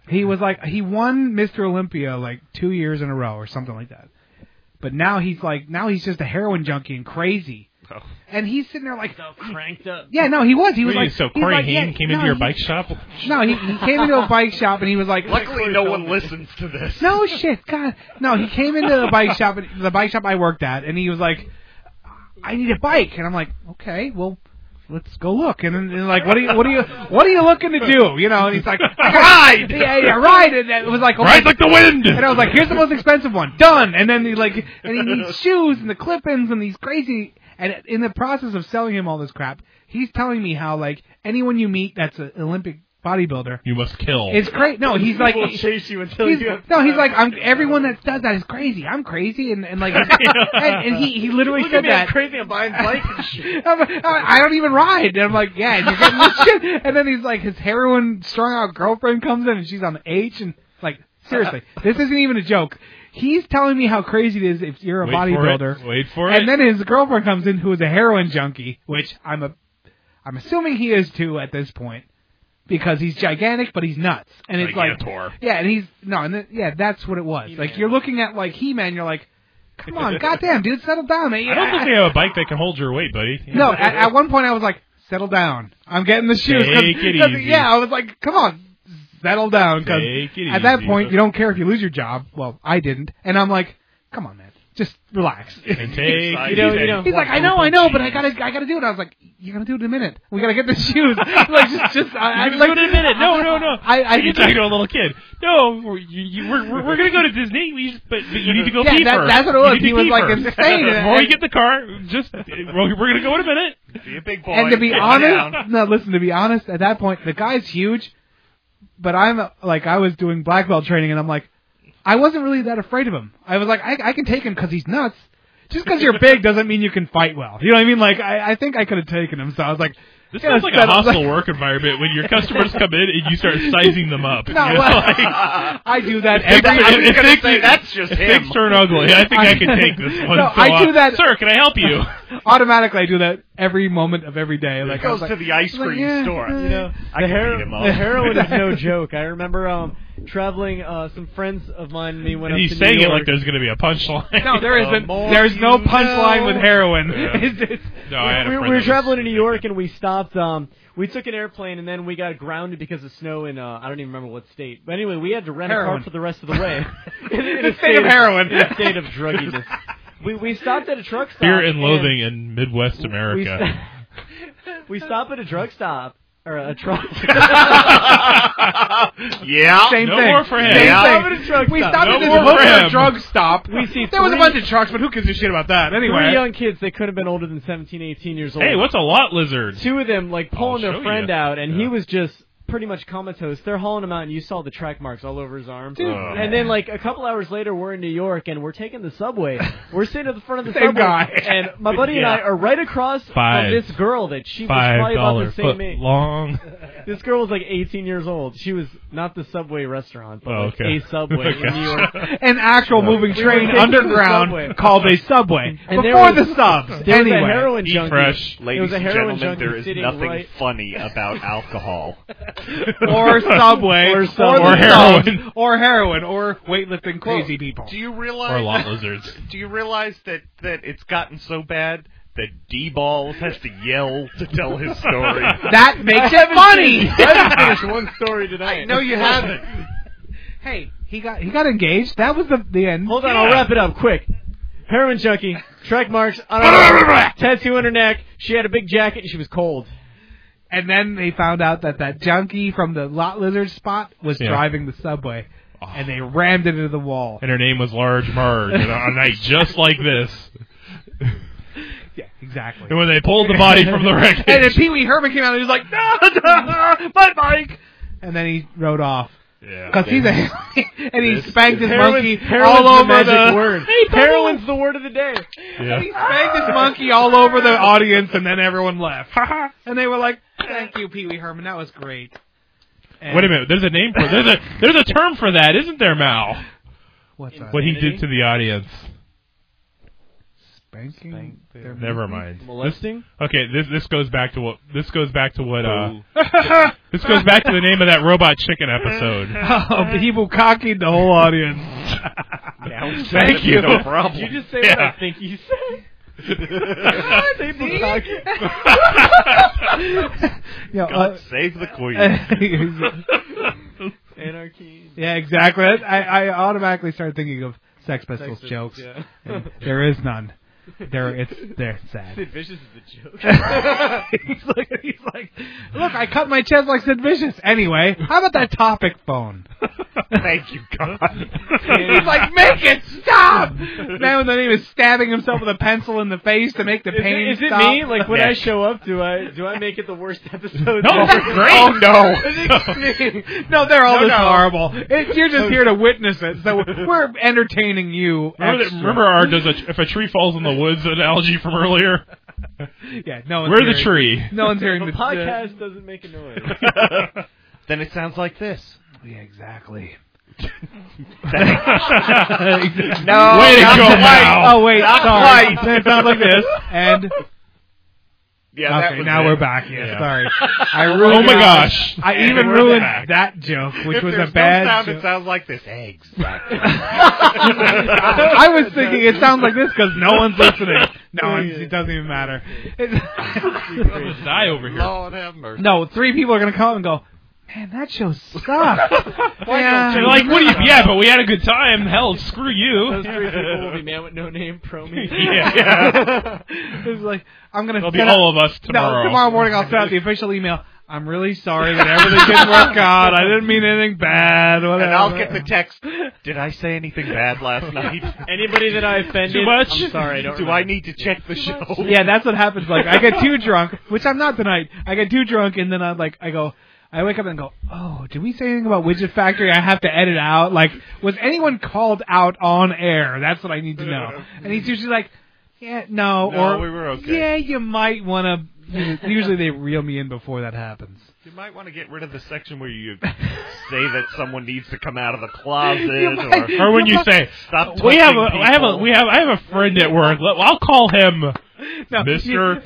S9: he was like, he won Mr. Olympia like two years in a row or something like that. But now he's like, now he's just a heroin junkie and crazy.
S10: Oh.
S9: And he's sitting there like
S11: cranked up.
S9: Yeah, no, he was. He was
S10: Wait,
S9: like
S10: so
S9: he's
S10: Corey
S9: like,
S10: Haim
S9: yeah,
S10: came
S9: no,
S10: into your
S9: he-
S10: bike shop.
S9: No, he, he came into a bike shop and he was like.
S14: Luckily, no one listens to this.
S9: No shit, God, no. He came into the bike shop, the bike shop I worked at, and he was like, "I need a bike," and I'm like, "Okay, well." Let's go look, and then and like, what are you, what are you, what are you looking to do? You know, and he's like,
S12: Ride!
S9: yeah, yeah, ride, and it was like,
S12: Ride like the wind!
S9: and I was like, here's the most expensive one, done, and then he like, and he needs shoes and the clip-ins and these crazy, and in the process of selling him all this crap, he's telling me how like anyone you meet that's an Olympic bodybuilder,
S10: You must kill.
S9: it's great. No, he's like
S11: People chase you until
S9: he's-
S11: you have-
S9: No, he's like I'm. Everyone that does that is crazy. I'm crazy, and, and like and, and he he literally
S11: Look at
S9: said
S11: me, I'm
S9: that.
S11: crazy. I'm buying bikes and shit.
S9: I'm, I'm- I don't even ride. And I'm like, yeah, you're getting this shit. And then he's like, his heroin strung out girlfriend comes in, and she's on H, and like seriously, this isn't even a joke. He's telling me how crazy it is if you're a
S10: Wait for it.
S9: bodybuilder.
S10: Wait for
S9: and
S10: it.
S9: then his girlfriend comes in, who is a heroin junkie, which I'm a, I'm assuming he is too at this point, because he's gigantic, but he's nuts, and it's
S10: Gigantor.
S9: like, yeah, and he's no, and th- yeah, that's what it was. Like you're looking at like He-Man, you're like, come on, goddamn, dude, settle down, man.
S10: I don't think they have a bike that can hold your weight, buddy.
S9: No, at, at one point I was like, settle down. I'm getting the shoes. 'cause-
S10: Take it
S9: 'cause-
S10: easy.
S9: Yeah, I was like, come on, settle down. Because
S10: Take it
S9: at that
S10: easy.
S9: point, you don't care if you lose your job. Well, I didn't, and I'm like, come on, man, just relax.
S10: And take
S9: You know,
S10: it
S9: you know, he's like, I know, I know, but I gotta, I gotta do it. I was like, you're gonna do it in a minute. We gotta get the shoes. like, just, just,
S10: You're
S9: I, I
S10: gonna
S9: like,
S10: do it in a minute. No, no, no.
S9: I, I
S10: you're talking to a little kid. No, we're, you, you, we're, we're, we're going to go to Disney, we just, but, but you need to go
S9: Yeah,
S10: pee
S9: that-
S10: first.
S9: that's what it was.
S10: You need to
S9: He was,
S10: pee
S9: like,
S10: first.
S9: insane.
S10: Before you get the car, just we're, we're going to go in a minute.
S14: Be a big boy.
S9: and to be
S14: Sit
S9: honest,
S14: down.
S9: no, listen, to be honest, at that point, the guy's huge, but I'm uh, like, I was doing black belt training, and I'm like, I wasn't really that afraid of him. I was like, I, I can take him because he's nuts. Just because you're big doesn't mean you can fight well. You know what I mean? Like, I, I think I could have taken him, so I was like,
S10: This
S9: yeah,
S10: sounds like a
S9: settle-
S10: hostile work environment when your customers come in and you start sizing them up.
S9: No,
S10: You know,
S9: well,
S10: like,
S9: I do that
S10: if
S9: every.
S10: things- if things- if
S9: him.
S10: things turn ugly, I think I, can take this one.
S9: No,
S10: So,
S9: I do
S10: uh,
S9: that-
S10: Sir, can I help you?
S9: Automatically, I do that every moment of every day. Like I
S14: goes
S9: was like,
S14: to the ice
S9: I was like,
S14: cream
S9: yeah,
S14: store.
S9: uh,
S14: You know, I
S11: the,
S14: can
S11: hero-
S14: beat him up.
S11: the heroin is no joke. I remember um, traveling. Uh, some friends of mine, and me went
S10: And
S11: up
S10: he's
S11: to
S10: saying
S11: New
S10: it
S11: York.
S10: like there's going to be a punchline.
S9: No, there
S11: The
S9: isn't.
S11: more
S9: There's no
S11: you
S9: punchline
S11: know.
S9: with heroin.
S10: Yeah.
S9: It's- it's-
S10: No, I had
S11: we,
S10: a friend
S11: we were
S10: that was-
S11: traveling to New York and we stopped. Um, we took an airplane and then we got grounded because of snow in uh, I don't even remember what state. But anyway, we had to rent a
S9: Heroin.
S11: car for the rest of the way. in, in
S9: The state of heroin.
S11: in a state of drugginess. We we stopped at a truck stop.
S10: Fear and
S11: and
S10: loathing in Midwest
S11: We,
S10: America.
S11: st- we stop at a drug stop or a truck.
S14: Yeah.
S9: Same
S10: No
S9: thing.
S10: more for him.
S9: Same
S10: Yeah.
S9: thing.
S11: Stop at a truck
S9: We
S11: stop.
S9: stopped
S10: No
S9: at this
S10: more for
S9: local
S10: him.
S9: drug stop.
S11: We see
S9: there was a
S11: three-
S9: bunch of trucks, but who gives a shit about that
S11: Three
S9: anyway?
S11: young kids that could have been older than 17, 18 years old.
S10: hey, what's a lot lizard?
S11: two of them like pulling
S10: I'll
S11: their
S10: show
S11: friend
S10: you.
S11: out, and he was just pretty much comatose. They're hauling him out, and you saw the track marks all over his arm.
S9: Dude.
S11: And then like a couple hours later, we're in New York, and we're taking the subway. We're sitting at the front of the
S9: Same
S11: subway,
S9: guy.
S11: and my buddy and I are right across
S10: Five.
S11: from this girl that she was
S10: Five
S11: probably
S10: dollar
S11: about the
S10: foot
S11: same age.
S10: long.
S11: This girl was like 18 years old. She was not the subway restaurant, but
S10: Oh,
S11: like,
S10: okay.
S11: a subway in
S10: Okay.
S11: New York.
S9: An actual moving
S11: We were
S9: train
S11: taking the
S9: underground
S11: subway.
S9: called a subway
S11: And there
S9: before
S11: was-
S9: the subs.
S11: There was
S9: anyway,
S11: a heroin
S10: Eat
S11: junkie.
S10: fresh.
S11: there was
S14: Ladies
S11: a
S14: and
S11: heroin
S14: gentlemen, there
S11: junkie
S14: is
S11: sitting
S14: nothing
S11: right
S14: funny about alcohol.
S9: or subway,
S11: Or
S9: or,
S11: subway.
S9: the
S10: Or
S9: subs,
S10: heroin.
S9: or heroin, or weightlifting crazy people.
S14: Do you
S10: or a lot
S14: realize?
S10: lizards.
S14: Do you realize that that it's gotten so bad that D balls has to yell to tell his story?
S9: That makes it funny.
S11: I finished one story tonight.
S14: I know you haven't.
S9: hey, he got he got engaged. That was the the end.
S11: Hold on, I'll wrap it up quick. Heroin junkie, track marks, on her arm, tattoo on her neck. She had a big jacket and she was cold.
S9: And then they found out that that junkie from the lot lizard spot was
S10: Yeah. Ah.
S9: driving the subway, and they rammed it into the wall.
S10: And her name was Large Marge. And on a night just like this,
S9: Yeah, exactly.
S10: and when they pulled the body from the wreckage,
S9: And then Pee Wee Herman came out and he was like, "No, no, my bike!" And then he rode off
S10: yeah,
S9: because he's a and he spanked his monkey
S11: heroin's
S9: all
S11: the
S9: over
S11: magic
S9: the
S11: word. Heroin's the word of the day.
S10: yeah.
S9: he spanked his monkey all over the audience, and then everyone left. and they were like, "Thank you, Pee Wee Herman. That was great." And
S10: Wait a minute. There's a name for there's a there's a term for that, isn't there, Mal?
S9: What's that?
S10: What he did to the audience.
S9: Spanking. their
S10: Never
S9: monkey?
S10: mind.
S11: Molesting?
S10: Okay, this this goes back to what this goes back to what uh
S14: Boo.
S10: this goes back to the name of that robot chicken episode.
S9: Oh, he bukkake the whole audience.
S14: Now,
S10: Thank you.
S14: No problem.
S11: You just say what
S10: Yeah.
S11: I think you say. Save the cock.
S9: Yeah,
S14: God
S9: uh,
S14: save the queen.
S11: Anarchy.
S9: Yeah, exactly. That- I, I automatically started thinking of Sex Pistols
S11: Pistols,
S9: jokes.
S11: yeah.
S9: And there is none. There, it's they're sad.
S11: Sid Vicious is a joke.
S9: he's, like, he's like, look, I cut my chest like Sid Vicious. Anyway, how about that topic phone?
S14: Thank you, God.
S9: he's like, make it stop. Man with the name is stabbing himself with a pencil in the face to make the
S11: Is
S9: pain
S11: it, is it
S9: stop.
S11: me? Like when I
S9: Yeah.
S11: show up, do I do I make it the worst episode?
S9: No,
S11: ever?
S9: it's great. Oh, no.
S11: Is it me?
S9: No, they're all
S11: No,
S9: just
S11: no.
S9: horrible. It, you're just here to witness it, so we're entertaining you.
S10: Remember, that,
S9: extra.
S10: remember our does a, if a tree falls in the woods analogy from earlier?
S9: yeah, no. One's
S10: We're the
S9: hearing-
S10: tree.
S9: No one's hearing
S11: The
S9: the
S11: podcast doesn't make a noise.
S14: then it sounds like this.
S9: Yeah, exactly.
S14: No, Way to not go, quite. Mal.
S9: Oh wait,
S14: Not
S9: sorry.
S14: quite.
S9: It sounds like this, and
S14: Yeah, that
S9: okay,
S14: was
S9: now
S14: it.
S9: we're back. Yeah,
S14: Yeah.
S9: sorry. I ruined.
S10: Oh my
S9: that.
S10: gosh.
S9: I
S10: And
S9: even
S10: we're
S9: ruined
S10: back.
S9: that joke, which
S14: if
S9: was
S14: there's
S9: a bad.
S14: no sound,
S9: joke.
S14: it sounds like this. Exactly.
S9: I was thinking it sounds like this because no one's listening. No one. It doesn't even matter. It's-
S10: Die over here.
S14: Lord have mercy.
S9: no, three people are gonna come and go. Man, that show sucked. yeah.
S10: They're like, what do you? Yeah, but we had a good time. Hell, screw you.
S11: Those three people will be man with no name pro me.
S10: Yeah.
S9: it's like I'm gonna.
S10: It'll be
S9: send out-
S10: all of us tomorrow.
S9: No, tomorrow morning I'll send out the official email. I'm really sorry that everything didn't work out. I didn't mean anything bad. Whatever.
S14: And I'll get the text. Did I say anything bad last night?
S11: Anybody that I offended,
S10: Too much?
S11: I'm sorry. I don't
S14: Do
S11: remember.
S14: I need to check the show?
S9: Yeah, that's what happens. Like I get too drunk, which I'm not tonight. I get too drunk, and then I like I go. I wake up and go, oh, did we say anything about Widget Factory? I have to edit out. Like, was anyone called out on air? That's what I need to know. And he's usually like, yeah, no,
S14: No,
S9: or
S14: we were okay.
S9: yeah, you might want to. Usually they reel me in before that happens.
S14: You might want to get rid of the section where you say that someone needs to come out of the closet,
S9: You might-
S14: or,
S10: Or when you say,
S14: stop.
S10: we have a,
S14: touching
S10: I have a,
S14: people.
S10: we have, I have a friend at work. Let- I'll call him
S9: No,
S10: Mr.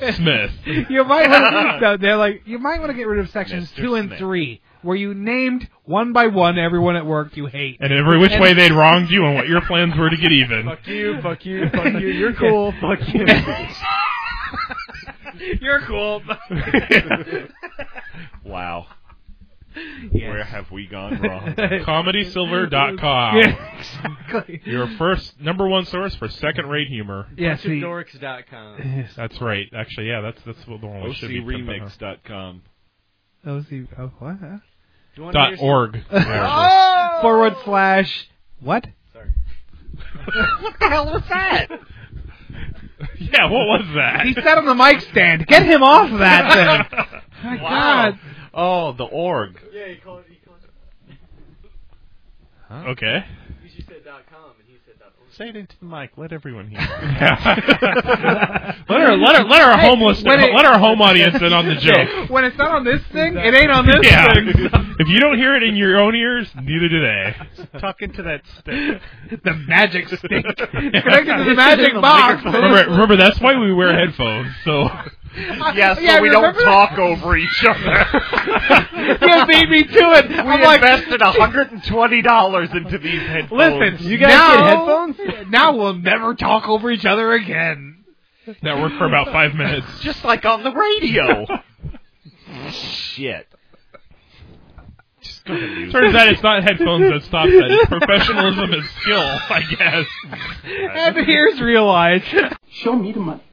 S9: you-
S10: Smith.
S9: you might want to, no, they're like you might want to get rid of sections
S14: Mr.
S9: two and
S14: Smith.
S9: three where you named one by one everyone at work you hate
S10: And every which way
S9: And-
S10: they'd wronged you and what your plans were to get even.
S11: Fuck you, fuck you, fuck you. You're cool. Fuck you.
S9: You're cool.
S14: Wow. Where
S9: yes.
S14: have we gone wrong?
S10: ComedySilver.com.
S9: Yeah, exactly.
S10: Your first number one source for second rate humor.
S9: Yes, see,
S11: Dorks.com.
S10: That's right. Actually, yeah, that's that's what the one we should be pimping, huh?
S14: OCRemix.com.
S9: those you- oh, what?
S10: dot org.
S9: Forward slash what?
S14: What the hell was that?
S10: yeah, what was that?
S9: He sat on the mic stand. Get him off that thing. My
S14: Wow.
S9: God.
S14: Oh, the org.
S11: Yeah, he called it. He called it.
S10: okay.
S11: You should say dot com, and he said dot org.
S14: Say it into the mic. Let everyone hear.
S10: Let her, let her, let our
S9: Hey,
S10: homeless,
S9: when it-
S10: let our home audience in on the joke.
S9: When it's not on this thing, it ain't on this
S10: Yeah.
S9: thing.
S10: If you don't hear it in your own ears, neither do they.
S14: Tuck into that stick.
S9: The magic stick. Connected to the magic box.
S10: Remember, remember that's why we wear headphones. So
S14: Yeah, so we don't
S9: remember
S14: talk over each other.
S9: that? You beat me to it.
S14: We
S9: I'm like,
S14: invested hundred and twenty dollars into these headphones.
S9: listen,
S11: You guys
S9: now,
S11: get headphones?
S9: Now we'll never talk over each other again.
S10: that worked for about five minutes.
S14: just like on the radio. Shit. Just go to music.
S10: Turns out it's not headphones that stop that. It's professionalism is skill, I guess.
S9: And here's realized.
S12: Show me the money.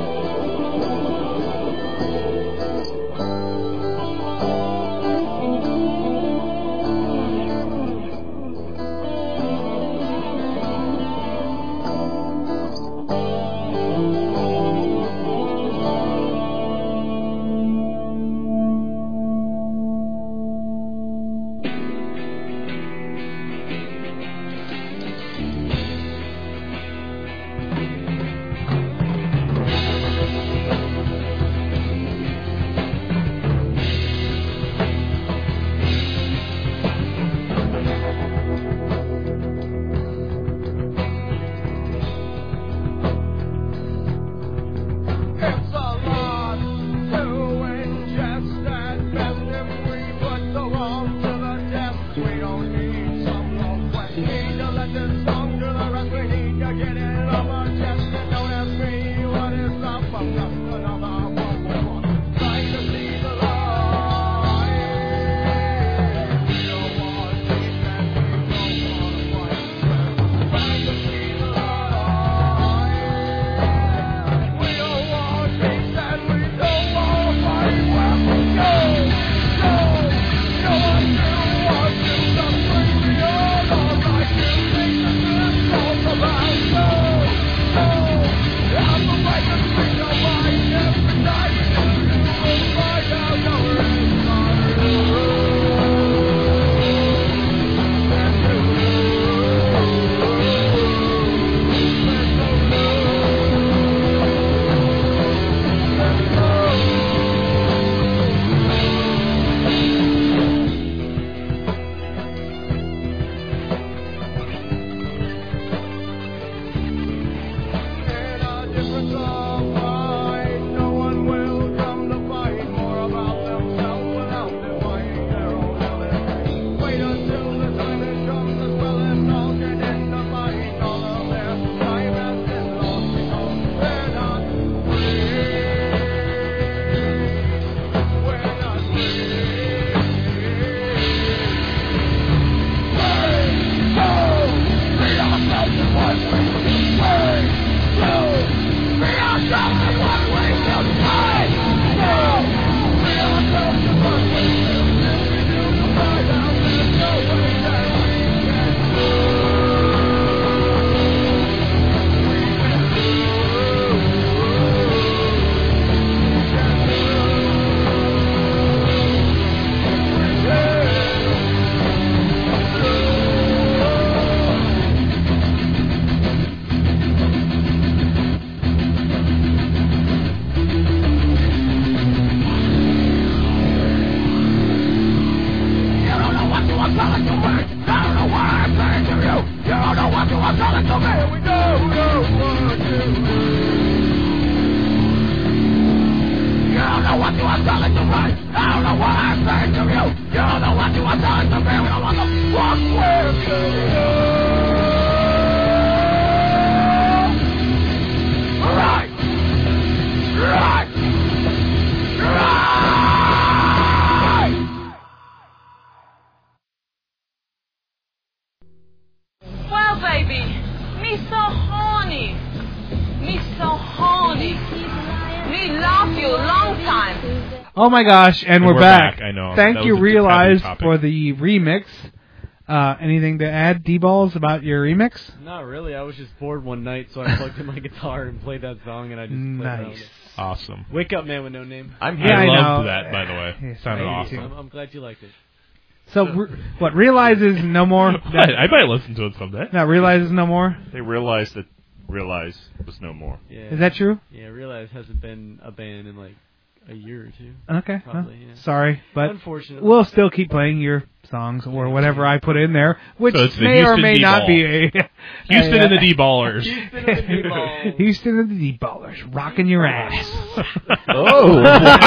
S3: Thank
S2: right. I don't know what I think of you. You're the one who was on the field. I want to walk with you. Right. Right.
S3: Well, baby, me so horny. Me so horny. Me love you long time.
S9: Oh my gosh, and, we're,
S10: we're
S9: back.
S10: back, I know.
S9: Thank
S10: That
S9: you,
S10: was a
S9: Realize,
S10: heavy topic.
S9: for the remix. Uh, anything to add, D balls, about your remix?
S11: Not really. I was just bored one night, so I plugged in my guitar and played that song, and I just played around with it.
S10: Awesome.
S11: Wake up, man with no name.
S10: I'm
S9: Yeah,
S10: I
S9: I
S10: loved
S9: know.
S10: that, by the way.
S9: Yes,
S10: Sounded
S9: I
S10: awesome.
S9: do,
S11: I'm, I'm glad you liked it.
S9: So, re- what realizes no more?
S10: I, I might listen to it someday.
S9: Not realizes no more.
S14: They realized that realize was no more.
S11: Yeah.
S9: Is that true?
S11: Yeah, Realize hasn't been a band in like a year or two.
S9: Okay. well,
S11: Probably, yeah.
S9: Sorry, but
S11: Unfortunately.
S9: we'll still keep playing your songs or whatever I put in there, which
S10: So it's the
S9: may or
S10: Houston
S9: may not
S10: D-ball.
S9: be a
S10: Houston
S9: a-
S10: and the D-ballers.
S11: Houston and the D-ballers.
S9: Houston and the D-ballers, rocking your ass.
S10: Oh, wow.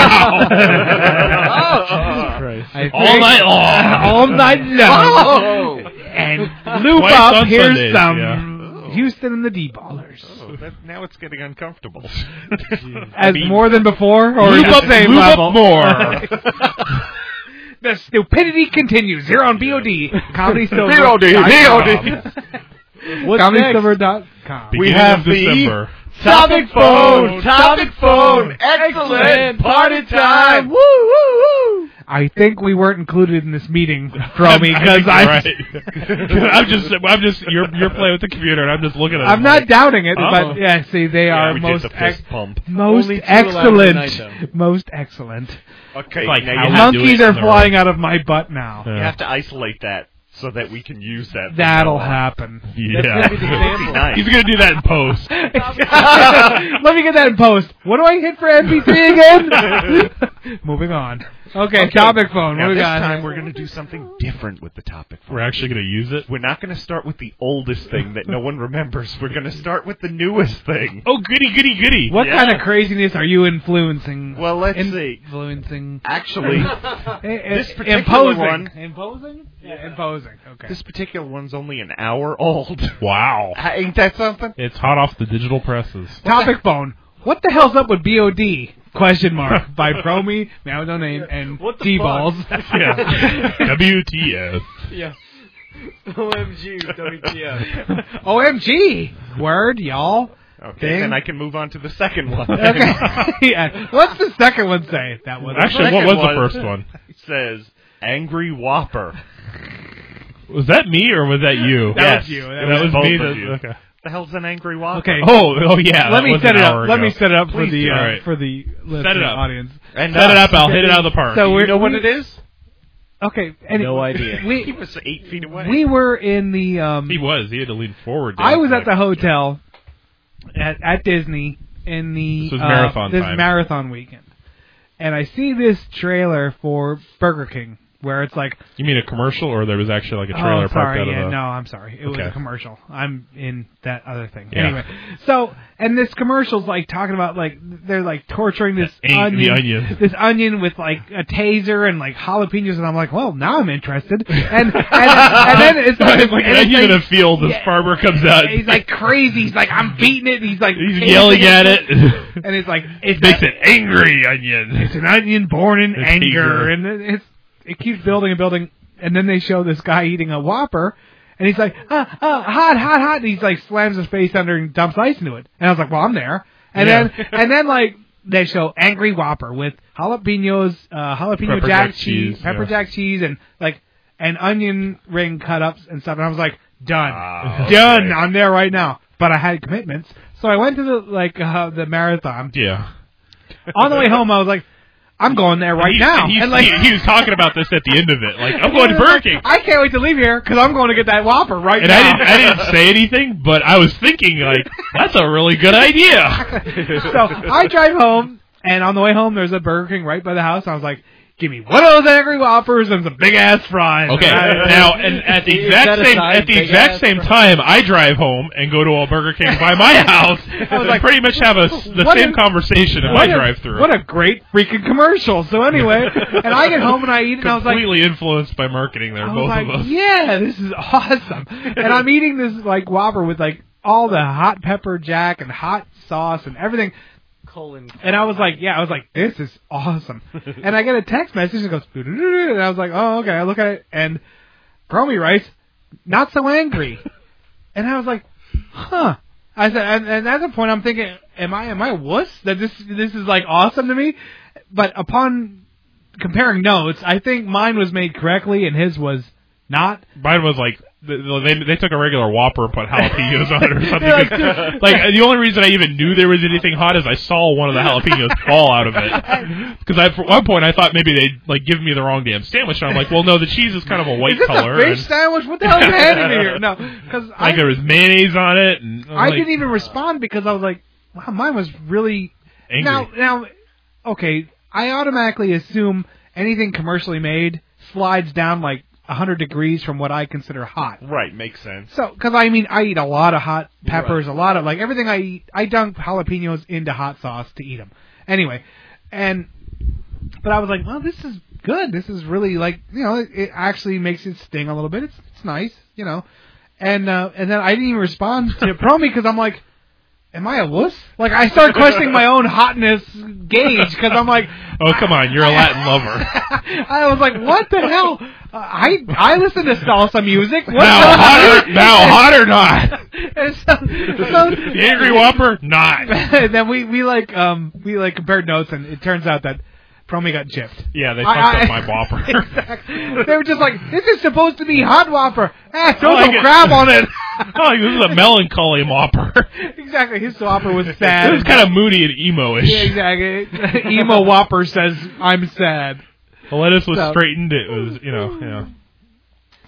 S9: Oh,
S10: Jesus Christ.
S9: I
S10: All night long.
S9: all night long,
S10: Oh.
S9: and loop
S10: Twice
S9: up.
S10: on
S9: Here's
S10: Sundays,
S9: some
S10: yeah.
S9: Houston and the D-ballers.
S14: Oh, that, now it's getting uncomfortable.
S9: As more than before, or
S10: Loop
S9: is it
S10: up-
S9: the same
S10: loop up
S9: level?
S10: more.
S9: the stupidity continues here on BOD. Comedy Silver.
S10: BOD.
S9: What's ComedySilver.com.
S10: Beginning of December.
S9: Topic phone. Topic phone.
S2: Excellent.
S9: Party
S2: time.
S9: Woo woo woo. I think we weren't included in this meeting, Bromy,
S10: I
S9: because
S10: think
S9: I.
S10: you're right. I'm just, I'm just, you're, you're playing with the computer, and I'm just looking at. it.
S9: I'm not doubting it,
S10: Oh.
S9: but yeah, see, they
S10: Yeah,
S9: are
S10: we did
S9: most
S10: the fist
S9: ex-
S10: pump.
S9: most
S11: Only two allowed
S9: excellent,
S11: tonight,
S9: most excellent.
S14: Okay,
S10: Like,
S14: now
S10: how
S14: you
S10: had to do
S9: Monkeys
S10: it
S9: are
S10: in a row.
S9: flying out of my butt now.
S10: uh,
S14: You have to isolate that so that we can use that. from
S9: That'll
S14: now on.
S9: happen.
S10: Yeah.
S11: That's gonna be the sample.
S10: He's gonna do that in post.
S9: Let me get that in post. What do I hit for MP3 again? Moving on. Okay, topic phone. What
S14: Now
S9: do we
S14: this
S9: got?
S14: time we're going to do something different with the topic.
S10: We're actually gonna use it.
S14: We're not going to start with the oldest thing that no one remembers. We're going to start with the newest thing.
S10: Oh, goody, goody, goody.
S9: what kind of craziness are you influencing?
S14: Well, let's
S9: In-
S14: see.
S9: Influencing.
S14: Actually,
S9: This
S14: particular
S9: imposing.
S14: one-
S9: Imposing? Yeah, imposing. Okay.
S14: this particular one's only an hour old.
S10: Wow.
S14: Ain't that something?
S10: It's hot off the digital presses.
S9: topic phone. What the hell's up with BOD? Question mark by Promi, now no name, and
S11: What the
S9: D balls.
S10: Yeah. WTF.
S11: Yeah. OMG, WTF.
S9: OMG! Word, y'all.
S14: Okay,
S9: Thing.
S14: then I can move on to the second one.
S9: Okay. yeah. What's the second one say? That one.
S10: Actually, what was the first one?
S14: It says angry whopper.
S10: Was that me or was that you?
S9: That
S14: Yes.
S9: was you. That
S10: That
S9: was-
S10: was
S14: both
S10: me.
S14: of
S10: that-
S14: you.
S10: Okay.
S14: The hell's an angry whopper?
S9: Okay.
S10: Oh, oh yeah.
S9: Let
S10: that
S9: me
S10: was
S9: set
S10: an
S9: it
S10: hour
S9: up. Let
S10: ago.
S9: me set it up for
S10: Please
S9: the
S10: do.
S9: uh,
S10: All right.
S9: for the
S10: Set it
S9: listening
S10: up.
S9: audience.
S14: And
S10: Set it
S14: us.
S10: up. I'll hit it out of the park.
S9: So
S14: Do
S9: we're-
S14: you know what
S9: we-
S14: it is?
S9: Okay. Anyway,
S11: No idea.
S14: He
S9: We
S14: was eight feet away.
S9: we were in the um.
S10: he was. He had to lean forward.
S9: I was at the
S10: Like,
S9: hotel at at Disney in the
S10: This was
S9: uh,
S10: marathon
S9: this
S10: time.
S9: marathon weekend, and I see this trailer for Burger King where it's like
S10: You mean a commercial or there was actually like a trailer
S9: oh, sorry,
S10: parked out
S9: yeah,
S10: of a.
S9: no, I'm sorry. It was
S10: Okay.
S9: a commercial. I'm in that other thing.
S10: Yeah.
S9: Anyway, so and this commercial's like talking about like they're like torturing this
S10: The ang- the
S9: onion,
S10: onion.
S9: this onion with like a taser and like jalapenos, and I'm like, well, now I'm interested. And and, and then it's like,
S10: it's like
S9: and
S10: an
S9: it's
S10: onion in
S9: like-
S10: a field. This
S9: yeah.
S10: farmer comes out.
S9: He's like crazy. He's like, I'm beating it. And he's like,
S10: he's
S9: tasting
S10: yelling at it.
S9: and it's like, it's
S10: Makes
S9: that-
S10: it angry onion.
S9: It's an onion born in
S10: It's
S9: anger,
S10: eager.
S9: and it- it's it keeps building and building, and then they show this guy eating a Whopper, and he's like, ah, ah, hot, hot, hot, and he's like slams his face under and dumps ice into it, and I was like, well, I'm there, and
S10: Yeah.
S9: then and then like they show angry Whopper with jalapenos, uh, jalapeno
S10: Pepper
S9: jack,
S10: jack
S9: cheese,
S10: cheese,
S9: pepper
S10: yeah.
S9: jack cheese, and like an onion ring cut ups and stuff, and I was like, done,
S14: Ah, okay.
S9: done, I'm there right now, but I had commitments, so I went to the like uh, the marathon
S10: Yeah.
S9: on the way home, I was like, I'm going there right
S10: he,
S9: now.
S10: and he-
S9: and like,
S10: he, he was talking about this at the end of it. Like I'm going to Burger King.
S9: I can't wait to leave here because I'm going to get that Whopper right
S10: And I
S9: now.
S10: didn't, I didn't say anything, but I was thinking, like, that's a really good idea.
S9: so I drive home, and on the way home, there's a Burger King right by the house. I was like, Give me one of those angry whoppers and some big ass fries.
S10: Okay, now and at the exact same at the exact same time, I drive home and go to a Burger King by my house. I
S9: was like,
S10: pretty much have a, s- the
S9: what
S10: same
S9: a-
S10: conversation in
S9: what
S10: my
S9: a-
S10: drive-through.
S9: What a great freaking commercial. So anyway, and I get home and I eat it and I was like,
S10: completely influenced by marketing. There,
S9: I
S10: both
S9: was like,
S10: of us.
S9: yeah, this is awesome. and I'm eating this like Whopper with like all the hot pepper jack and hot sauce and everything.
S11: Colon.
S9: And I was like, yeah, I was like, this is awesome. and I get a text message that goes, "Doo-doo-doo-doo," and I was like, oh, okay. I look at it and Bromy writes, not so angry. and I was like, huh. I said, and, and at that point, I'm thinking, am I am I a wuss that this this is like awesome to me? But upon comparing notes, I think mine was made correctly and his was not.
S10: Mine was like th- they they took a regular Whopper and put jalapenos on it or something.
S9: Like,
S10: 'cause, like the only reason I even knew there was anything hot is I saw one of the jalapenos fall out of it. Because at one point I thought maybe they like give me the wrong damn sandwich. And I'm like, well, no, the cheese is kind of a white
S9: is this
S10: color.
S9: a fish
S10: and-
S9: sandwich? What the hell is happening here? No, because I,
S10: like there was mayonnaise on it. And
S9: I didn't even respond because I was like, wow, mine was really
S10: Angry.
S9: Now, now, okay, I automatically assume anything commercially made slides down like 100 degrees from what I consider hot.
S14: Right, makes sense.
S9: So, because I mean, I eat a lot of hot peppers, a lot of like everything I eat. I dunk jalapenos into hot sauce to eat them. Anyway, and but I was like, well, this is good. This is really like you know, it, it actually makes it sting a little bit. It's it's nice, you know. And uh, and then I didn't even respond to Promi because I'm like, am I a wuss? Like I start questioning my own hotness gauge because I'm like,
S10: Oh come on, you're a Latin lover.
S9: I was like, what the hell? Uh, I I listen to salsa music. What
S10: Now
S9: the-
S10: hot or- now hot or not?
S9: And so, so
S10: The angry whopper, not.
S9: and then we we like um we like compared notes, and it turns out that Promi got gypped.
S10: Yeah, they
S9: I-
S10: fucked up
S9: I-
S10: my Whopper.
S9: They were just like, this is supposed to be hot whopper. Ah, throw
S10: I like
S9: some
S10: it.
S9: crab on it.
S10: Oh, this is a melancholy whopper.
S9: exactly, his whopper was sad.
S10: It was kind of moody and emo-ish.
S9: yeah, exactly. Emo whopper says, "I'm sad."
S10: The lettuce was
S9: So-
S10: straightened. It was, you know, yeah.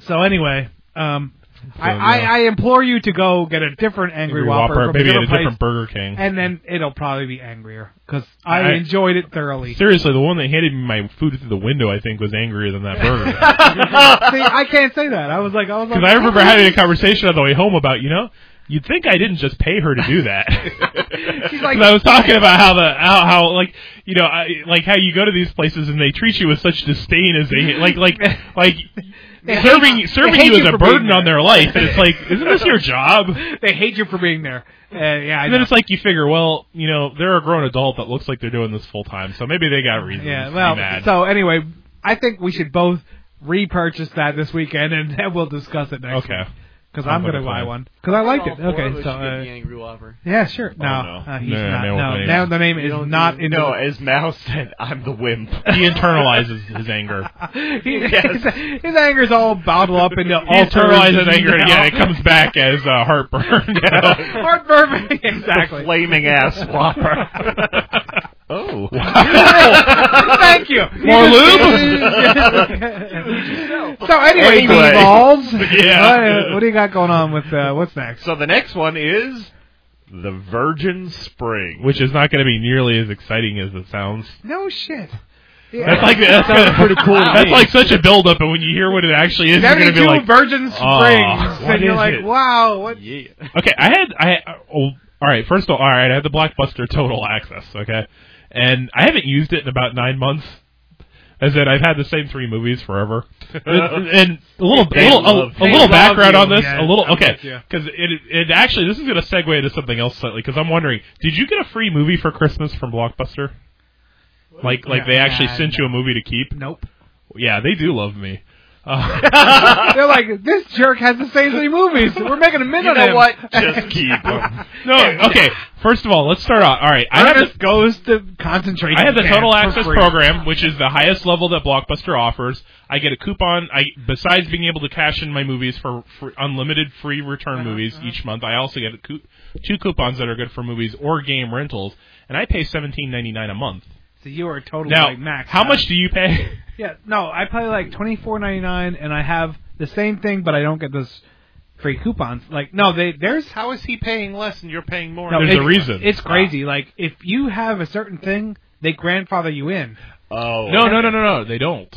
S9: So anyway, um, I,
S10: So,
S9: I
S10: yeah.
S9: I implore you to go get a different angry,
S10: Angry
S9: whopper,
S10: Whopper,
S9: from
S10: maybe at a
S9: place,
S10: different Burger King.
S9: and then it'll probably be angrier because I,
S10: I-
S9: enjoyed it thoroughly.
S10: Seriously, the one that handed me my food through the window, I think, was angrier than that burger.
S9: See, I can't say that. I was like, I was like,
S10: Because I remember having a conversation on the way home about, you know, you'd think I didn't just pay her to do that.
S9: She's
S10: Because I was talking about how the how, how like you know I, like how you go to these places and they treat you with such disdain as they like like like
S9: They
S10: serving
S9: hate- they
S10: serving
S9: hate
S10: you as
S9: you
S10: a
S9: for being
S10: burden on
S9: there.
S10: their life and it's like isn't this your job?
S9: They hate you for being there. Uh, yeah, I
S10: And then
S9: know.
S10: it's like you figure, well, you know, they're a grown adult that looks like they're doing this full time, so maybe they got reasons
S9: yeah.
S10: to
S9: Well,
S10: be mad.
S9: so anyway, I think we should both repurchase that this weekend, and then we'll discuss it next.
S10: Okay.
S9: Because
S10: Sounds
S9: I'm
S10: like
S9: gonna
S10: a
S9: buy
S10: plan.
S9: one because I liked
S11: All
S9: it.
S11: four of
S9: Okay,
S11: us
S9: so
S11: Oh, should get
S9: uh,
S11: the angry whopper.
S9: yeah, sure. No,
S10: Oh, no.
S9: Uh, he's
S10: No, no,
S9: not.
S10: no,
S9: No,
S10: no.
S9: now the name
S11: You
S9: is
S11: don't
S9: not in.
S14: No, as Mal said, I'm the wimp.
S10: he internalizes his anger.
S9: He,
S14: Yes.
S9: his, his anger's all bottled up into
S10: He
S9: all
S10: internalizes
S9: terms
S10: anger and
S9: now.
S10: again. It comes back as uh, heartburn. you know?
S9: Heartburn. exactly.
S14: Flaming ass whopper. oh.
S9: Thank you.
S14: More
S9: You
S14: lube?
S9: so anyway,
S14: Anyway.
S9: balls.
S14: Yeah.
S9: What, what do you got going on with uh, what's next?
S14: So the next one is the Virgin Spring.
S10: which is not going to be nearly as exciting as it sounds.
S9: No shit.
S10: That's like that's kinda- That's like such a buildup, and when you hear what it actually is, you're going to
S9: seventy-two
S10: be like,
S9: Virgin Springs,
S10: "Aw, what
S9: and you're
S10: is
S9: like,
S10: it?"
S9: wow, what?
S10: okay, I had I oh, all right. First of all, all right, I had the Blockbuster Total Access, okay, and I haven't used it in about nine months. As in, I've had the same three movies forever. and and a little,
S14: They
S10: little
S14: love
S10: a, a
S14: you. They
S10: little background
S14: love
S10: on
S14: you.
S10: this.
S14: Yeah,
S10: a little
S14: I'm with
S10: okay,
S14: you.
S10: because it it actually this is going to segue into something else slightly. Because I'm wondering, did you get a free movie for Christmas from Blockbuster? Like like they actually
S9: Nah,
S10: sent you a movie to keep?
S9: Nope.
S10: Yeah, they do love me. Uh,
S9: They're like, this jerk has the same three movies. We're making a minute
S14: You know
S9: of him.
S14: what? Just keep 'em.
S10: no, okay. First of all, let's start out. All right, I have this
S9: Ernest goes to concentration.
S10: I have the
S9: camp
S10: Total
S9: for
S10: Access
S9: free.
S10: program, which is the highest level that Blockbuster offers. I get a coupon. I besides being able to cash in my movies for, for unlimited free return
S9: Uh-huh,
S10: movies each month, I also get a coup two coupons that are good for movies or game rentals, and I pay seventeen ninety nine a month.
S9: So you are totally
S10: Now,
S9: like max.
S10: how
S9: out.
S10: much do you pay?
S9: Yeah, no, I pay like twenty four ninety nine, and I have the same thing, but I don't get those free coupons. Like, no, they there's
S14: How is he paying less and you're paying more?
S9: no,
S10: There's
S9: it's-
S10: a reason.
S9: It's crazy. Like, if you have a certain thing, they grandfather you in.
S14: Oh.
S10: No, no, no, no, no. They don't.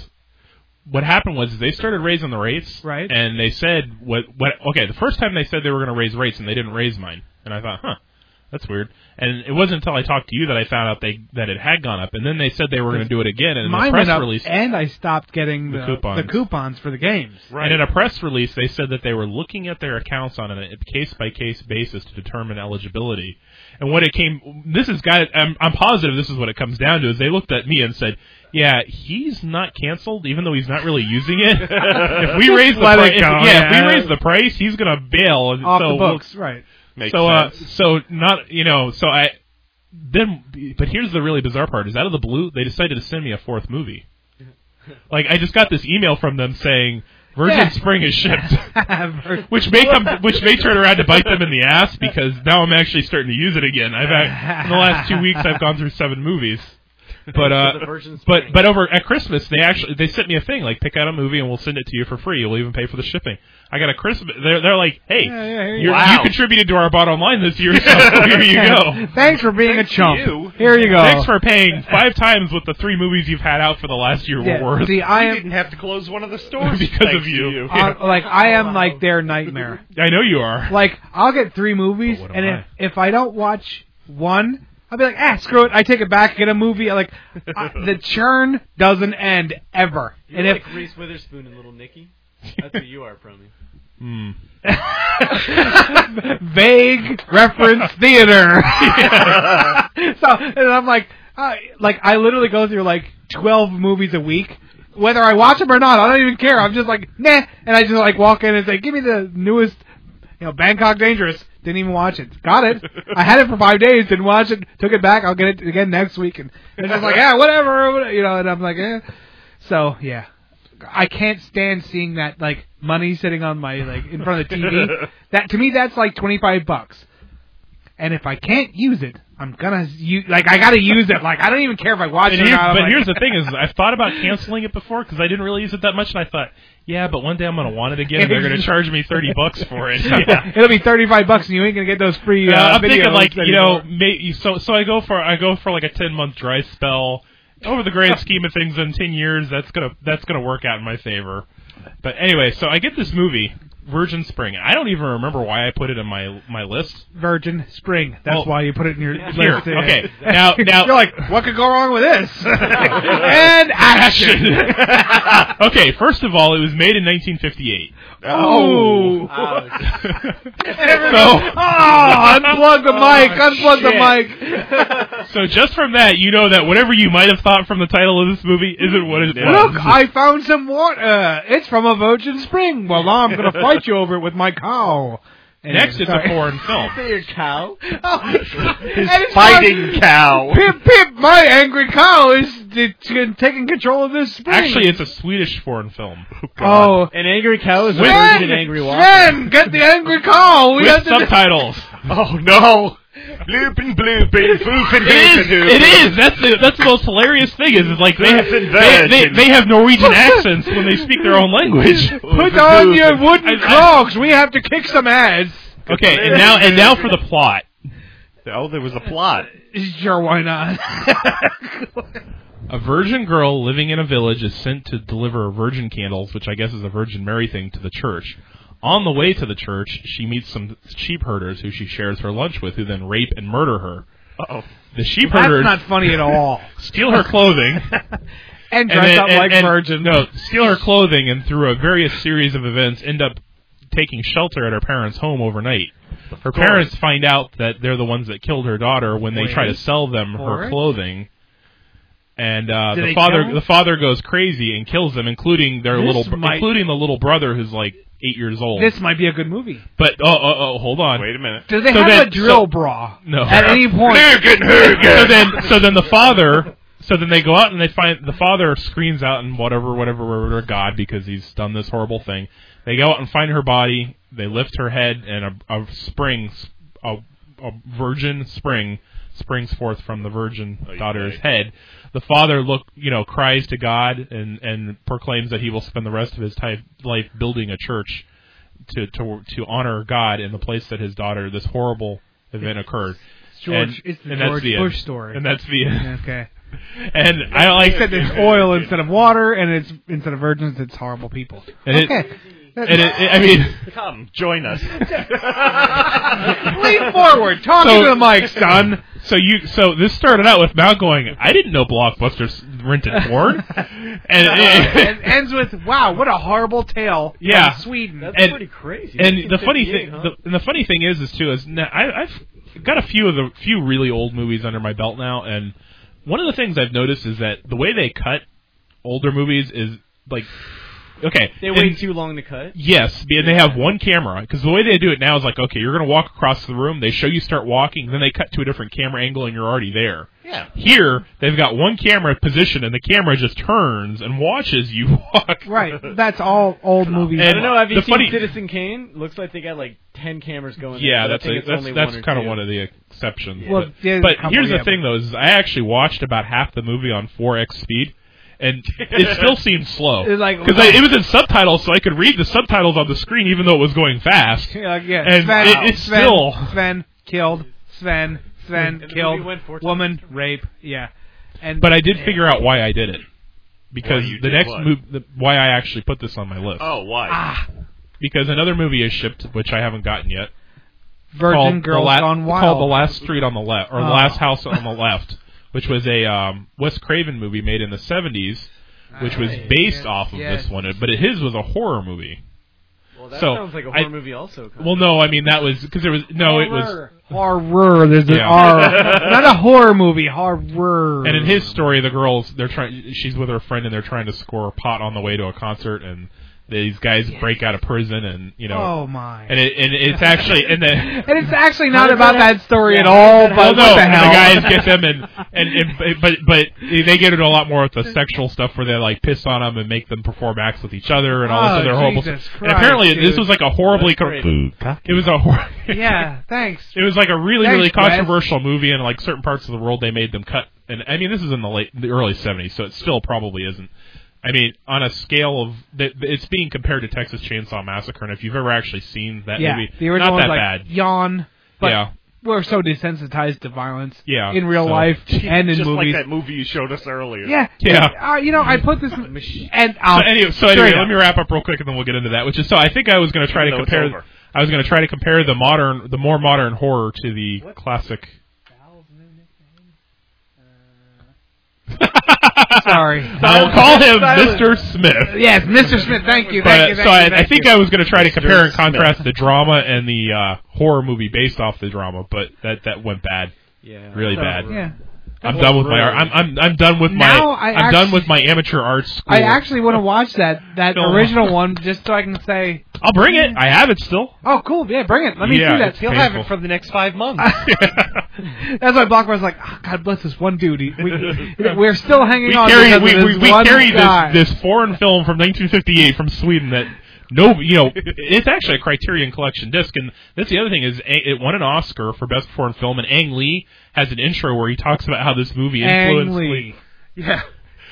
S10: What happened was they started raising the rates,
S9: right?
S10: And they said what what okay, the first time they said they were going to raise rates and they didn't raise mine. And I thought, "Huh, that's weird." And it wasn't until I talked to you that I found out they that it had gone up. And then they said they were going to do it again and in the
S9: Mine
S10: press
S9: went up,
S10: release
S9: and I stopped getting
S10: The
S9: the,
S10: coupons.
S9: the coupons for the games.
S10: And in a press release, they said that they were looking at their accounts on a case by case basis to determine eligibility. And what it came, this is guy. I'm, I'm positive this is what it comes down to. Is they looked at me and said, "Yeah, he's not canceled, even though he's not really using it. if we
S9: Just
S10: raise the
S9: let
S10: price,
S9: it go,
S10: yeah, if
S9: yeah.
S10: we raise the price, he's gonna bail and
S9: Off
S10: so
S9: the
S10: we'll-
S9: books, right. Makes
S10: so, uh,
S9: sense.
S10: so not you know, so I then. But here's the really bizarre part: is out of the blue, they decided to send me a fourth movie. Like I just got this email from them saying Virgin
S12: Yeah.
S10: Spring is shipped, which may come, which may turn around to bite them in the ass because now I'm actually starting to use it again. I've act- in the last two weeks I've gone through seven movies, but uh,
S11: So the Virgin
S10: but
S11: Spring.
S10: but over at Christmas they actually they sent me a thing like pick out a movie and we'll send it to you for free. You'll even pay for the shipping. I got a Christmas. They're they're like, hey,
S9: Yeah, yeah, here you
S10: you're-
S9: go.
S10: you contributed to our bottom line this year, so here you go.
S9: Thanks for being a chump.
S10: you.
S9: Here you go.
S10: Thanks for paying five times what the three movies you've had out for the last year
S9: Yeah,
S10: were worth.
S9: see, I am-
S14: didn't have to close one of the stores
S10: Because
S14: thanks
S10: of you.
S14: To you.
S10: Yeah.
S9: Uh, like I am like their nightmare.
S10: I know you are.
S9: Like I'll get three movies, and if, if I don't watch one, I'll be like, ah, screw it. I take it back, get a movie. Like I, the churn doesn't end ever.
S11: You're
S9: and
S11: like
S9: if
S11: Reese Witherspoon and Little Nicky. That's who you are, Promy.
S10: Hmm.
S9: vague reference theater. so and I'm like, uh, like I literally go through like 12 movies a week. Whether I watch them or not, I don't even care. I'm just like, nah, and I just like walk in and say, give me the newest, you know, Bangkok Dangerous. Didn't even watch it. Got it. I had it for five days. Didn't watch it. Took it back. I'll get it again next week. And it's just like, yeah, whatever, whatever, you know. And I'm like, eh. So yeah, I can't stand seeing that like money sitting on my like in front of the TV. that to me, that's like 25 bucks. And if I can't use it, I'm gonna use like I gotta use it. Like I don't even care if I watch
S10: And
S9: it. or
S10: here's-
S9: not. I'm
S10: but
S9: like-
S10: here's the thing: is I've thought about canceling it before because I didn't really use it that much, and I thought, yeah, but one day I'm going to want it again, and they're going to charge me thirty bucks for it.
S9: Yeah, it'll be 35 bucks, and you ain't gonna get those free. Uh,
S10: Yeah, I'm thinking
S9: videos
S10: like you know,
S9: anymore.
S10: may, so so I go for I go for like a ten month dry spell. Over the grand scheme of things, in ten years, that's gonna that's gonna work out in my favor. But anyway, so I get this movie, Virgin Spring. I don't even remember why I put it in my my list.
S9: Virgin Spring. That's
S10: Well,
S9: why you put it in your
S10: here,
S9: list.
S10: okay. Now- now-
S9: you're like, what could go wrong with this? and action.
S10: okay, first of all, it was made in 1958.
S9: Oh.
S10: So-
S9: oh, unplug the mic.
S10: Oh,
S9: unplug the mic.
S10: So just from that, you know that whatever you might have thought from the title of this movie isn't what it was.
S9: Look, I found some water. It's from a virgin spring. Well, now I'm going to fight you over it with my cow. Anyway,
S10: Next, it's a
S9: sorry.
S10: foreign film.
S11: Your cow.
S10: Oh,
S9: His And it's fighting not-
S14: cow.
S9: Pip, pip, my angry cow is t- t- taking control of this spring.
S10: Actually, it's a Swedish foreign film.
S9: Oh.
S11: An angry cow is a
S10: With-
S11: virgin angry walker.
S9: Sven, get the angry cow. We
S10: With
S9: have to
S10: subtitles.
S14: Oh no! Bloopin' bloopin' foofin'
S10: It is.
S14: hoofin' hoofin'.
S10: It is. That's the that's the most hilarious thing. Is, is like they have,
S14: Virgin
S10: they, they
S14: virgin.
S10: they have Norwegian accents when they speak their own language.
S9: put on your wooden
S10: I- I-
S9: clogs. We have to kick some ass.
S10: Okay, and now and now for the plot.
S14: Oh, there was a plot.
S9: Sure, why not?
S10: A virgin girl living in a village is sent to deliver virgin candles, which I guess is a Virgin Mary thing, to the church. On the way to the church, she meets some sheep herders who she shares her lunch with, who then rape and murder her.
S14: Uh-oh.
S10: The sheep
S9: That's
S10: herders
S9: not funny at all.
S10: steal her clothing
S9: and dress
S10: then-
S9: up like
S10: and-
S9: virgin.
S10: No, steal her clothing and through a various series of events end up taking shelter at her parents' home overnight. Her
S14: course.
S10: parents find out that they're the ones that killed her daughter when they try to
S14: Wait
S10: sell them
S14: for
S10: her
S14: it.
S10: clothing. And uh,
S14: Did
S10: the
S14: they kill
S10: father
S14: her?
S10: the father goes crazy and kills them, including their
S9: This
S10: little br-
S9: might-
S10: including the little brother who's like eight years old.
S9: This might be a good movie.
S10: but oh, oh oh hold on. Wait
S14: a minute.
S9: Do they
S10: So
S9: have
S10: then-
S9: a drill
S10: so-
S9: bra?
S10: No.
S9: At any point.
S10: so then, so then the father. So then they go out and they find the father screams out and whatever, whatever, whatever, God, because he's done this horrible thing. They go out and find her body. They lift her head, and a, a spring, a, a virgin spring, springs forth from the virgin
S9: Oh,
S10: daughter's head. The father look, you know, cries to God and and proclaims that he will spend the rest of his ti- life building a church to to to honor God in the place that his daughter, this horrible event occurred.
S9: George, it's the
S10: and that's
S9: George
S10: the
S9: Bush
S10: end.
S9: story.
S10: And that's the end.
S9: Okay.
S10: And I
S9: They
S10: like
S9: said there's oil instead of water, and it's instead of virgins, it's horrible people.
S10: And it-
S9: okay.
S10: and it- it- I mean-
S14: Come, join us.
S9: lean forward, talk
S10: so,
S9: into the mic, son.
S10: So you, so this started out with Mal going, I didn't know Blockbusters rented porn, and, and-
S9: and ends with, "Wow, what a horrible tale." from
S10: yeah,
S9: Sweden.
S10: And- And the funny thing, the, and the funny thing is, is too, is now, I, I've got a few of the few really old movies under my belt now, and one of the things I've noticed is that the way they cut older movies is like, okay,
S11: They wait
S10: in-
S11: too long to cut.
S10: Yes, and they have one camera because the way they do it now is like, okay, you're going to walk across the room. They show you start walking, then they cut to a different camera angle, and you're already there.
S14: Yeah.
S10: Here, they've got one camera position, and the camera just turns and watches you walk.
S9: Right. That's all old movies.
S11: I don't know. Have you
S10: the
S11: seen
S10: funny-
S11: Citizen Kane? Looks like they got like ten cameras going. there,
S10: Yeah,
S11: but
S10: that's
S11: I think
S10: a,
S11: it's
S10: that's
S11: only
S10: that's
S11: one or
S10: kind of
S11: two.
S10: one of the exceptions.
S11: Well,
S10: but
S11: there's
S10: but
S11: a couple,
S10: here's the
S11: yeah,
S10: thing though is I actually watched about half the movie on 4x speed, and it still seemed slow.
S9: It's like-
S10: because it was in subtitles, so I could read the subtitles on the screen even though it was going fast.
S9: Yeah, yeah.
S10: And
S9: Sven,
S10: it- it's
S9: Sven,
S10: still-
S9: Sven killed. Sven. Sven
S11: And the movie
S9: killed.
S11: went four times.
S9: Woman rape. Yeah. And
S10: But I did figure out why I did it because
S14: Why you
S10: the
S14: did
S10: next
S14: what?
S10: move, the, why I actually put this on my list.
S14: Oh, why?
S9: ah,
S10: Because another movie is shipped, which I haven't gotten yet.
S9: Virgin
S10: called The
S9: Girls
S10: La-
S9: Gone Wild.
S10: Called the last street on the left, or the
S9: Oh.
S10: last house on the left, which was a um, Wes Craven movie made in the '70s, which was
S11: Nice.
S10: based
S11: Yes,
S10: off of
S11: yes.
S10: this one. But it, his was a horror movie.
S11: Well, that
S10: so
S11: sounds like a
S10: I-
S11: horror movie, also.
S10: Well, no, I mean that was because there was no, it was
S9: horror. There's an
S10: Yeah.
S9: R. Not a horror movie. Horror.
S10: And in his story, the girls they're trying. She's with her friend, and they're trying to score pot on the way to a concert, and these guys break out of prison, and you know.
S9: Oh, my.
S10: And it, and it's actually and then.
S9: and it's actually not about
S10: that-
S9: that story at all. But
S10: Well, no,
S9: what the
S10: and
S9: hell?
S10: guys get them, and, and and but but they get into a lot more with the sexual stuff where they like piss on them and make them perform acts with each other and all
S9: Oh,
S10: this other horrible.
S9: Jesus
S10: stuff. and
S9: Christ,
S10: apparently, this
S9: dude.
S10: was like a horribly.
S9: That's great.
S10: Com- it was a hor-
S9: yeah. Thanks.
S10: it was like a really,
S9: Thanks,
S10: really
S9: Wes.
S10: controversial movie, and like certain parts of the world, they made them cut. And I mean, this is in the late, the early '70s, so it still probably isn't. I mean, on a scale of, th- it's being compared to Texas Chainsaw Massacre, and if you've ever actually seen that
S9: yeah.
S10: movie,
S9: The original
S10: not that
S9: was
S10: bad.
S9: like yawn. But
S10: Yeah.
S9: We're so desensitized to violence.
S10: Yeah,
S9: In real
S10: so-
S9: life and in
S14: Just
S9: movies.
S14: like that movie you showed us earlier.
S9: Yeah.
S10: Yeah.
S9: Uh, you know, I put this and
S10: So
S9: I'll,
S10: anyway, so
S9: straight
S10: anyway,
S9: up.
S10: let me wrap up real quick, and then we'll get into that. Which is, so I think I was going to try to
S14: No, it's
S10: compare.
S14: over.
S10: I was going to try to compare the modern, the more modern horror to the classic.
S9: Sorry.
S10: I'll call him
S9: Silence.
S10: Mr. Smith.
S9: Yes, Mr. Smith. Thank you. Thank
S10: But,
S9: you.
S10: so
S9: Thank you,
S10: I, I
S9: thank
S10: think
S9: you.
S10: I was going to try to compare and
S9: Smith.
S10: contrast the drama and the uh, horror movie based off the drama, but that that went bad.
S11: Yeah.
S10: really
S11: So-
S10: bad.
S9: Yeah.
S10: I'm done with my. art- I'm I'm I'm done with my.
S9: Now I
S10: I'm done
S9: actu-
S10: with my amateur art school.
S9: I actually want to watch that that
S10: Film.
S9: original one just so I can say.
S10: I'll bring it. I have it still.
S9: Oh, cool! Yeah, bring it. Let me
S10: Yeah,
S9: see that.
S10: it's He'll have painful. it
S9: for the next five months. That's why Blockbuster's like, oh, God bless this one dude. He- We, we're still hanging
S10: we
S9: on.
S10: carry
S9: because
S10: we,
S9: of
S10: we,
S9: this
S10: we
S9: one
S10: carry
S9: guy.
S10: this this foreign film from 1958 from Sweden that no you know it's actually a Criterion Collection disc and that's the other thing is A- it won an Oscar for best foreign film and Ang Lee has an intro where he talks about how this movie influenced
S9: Ang Lee. Yeah.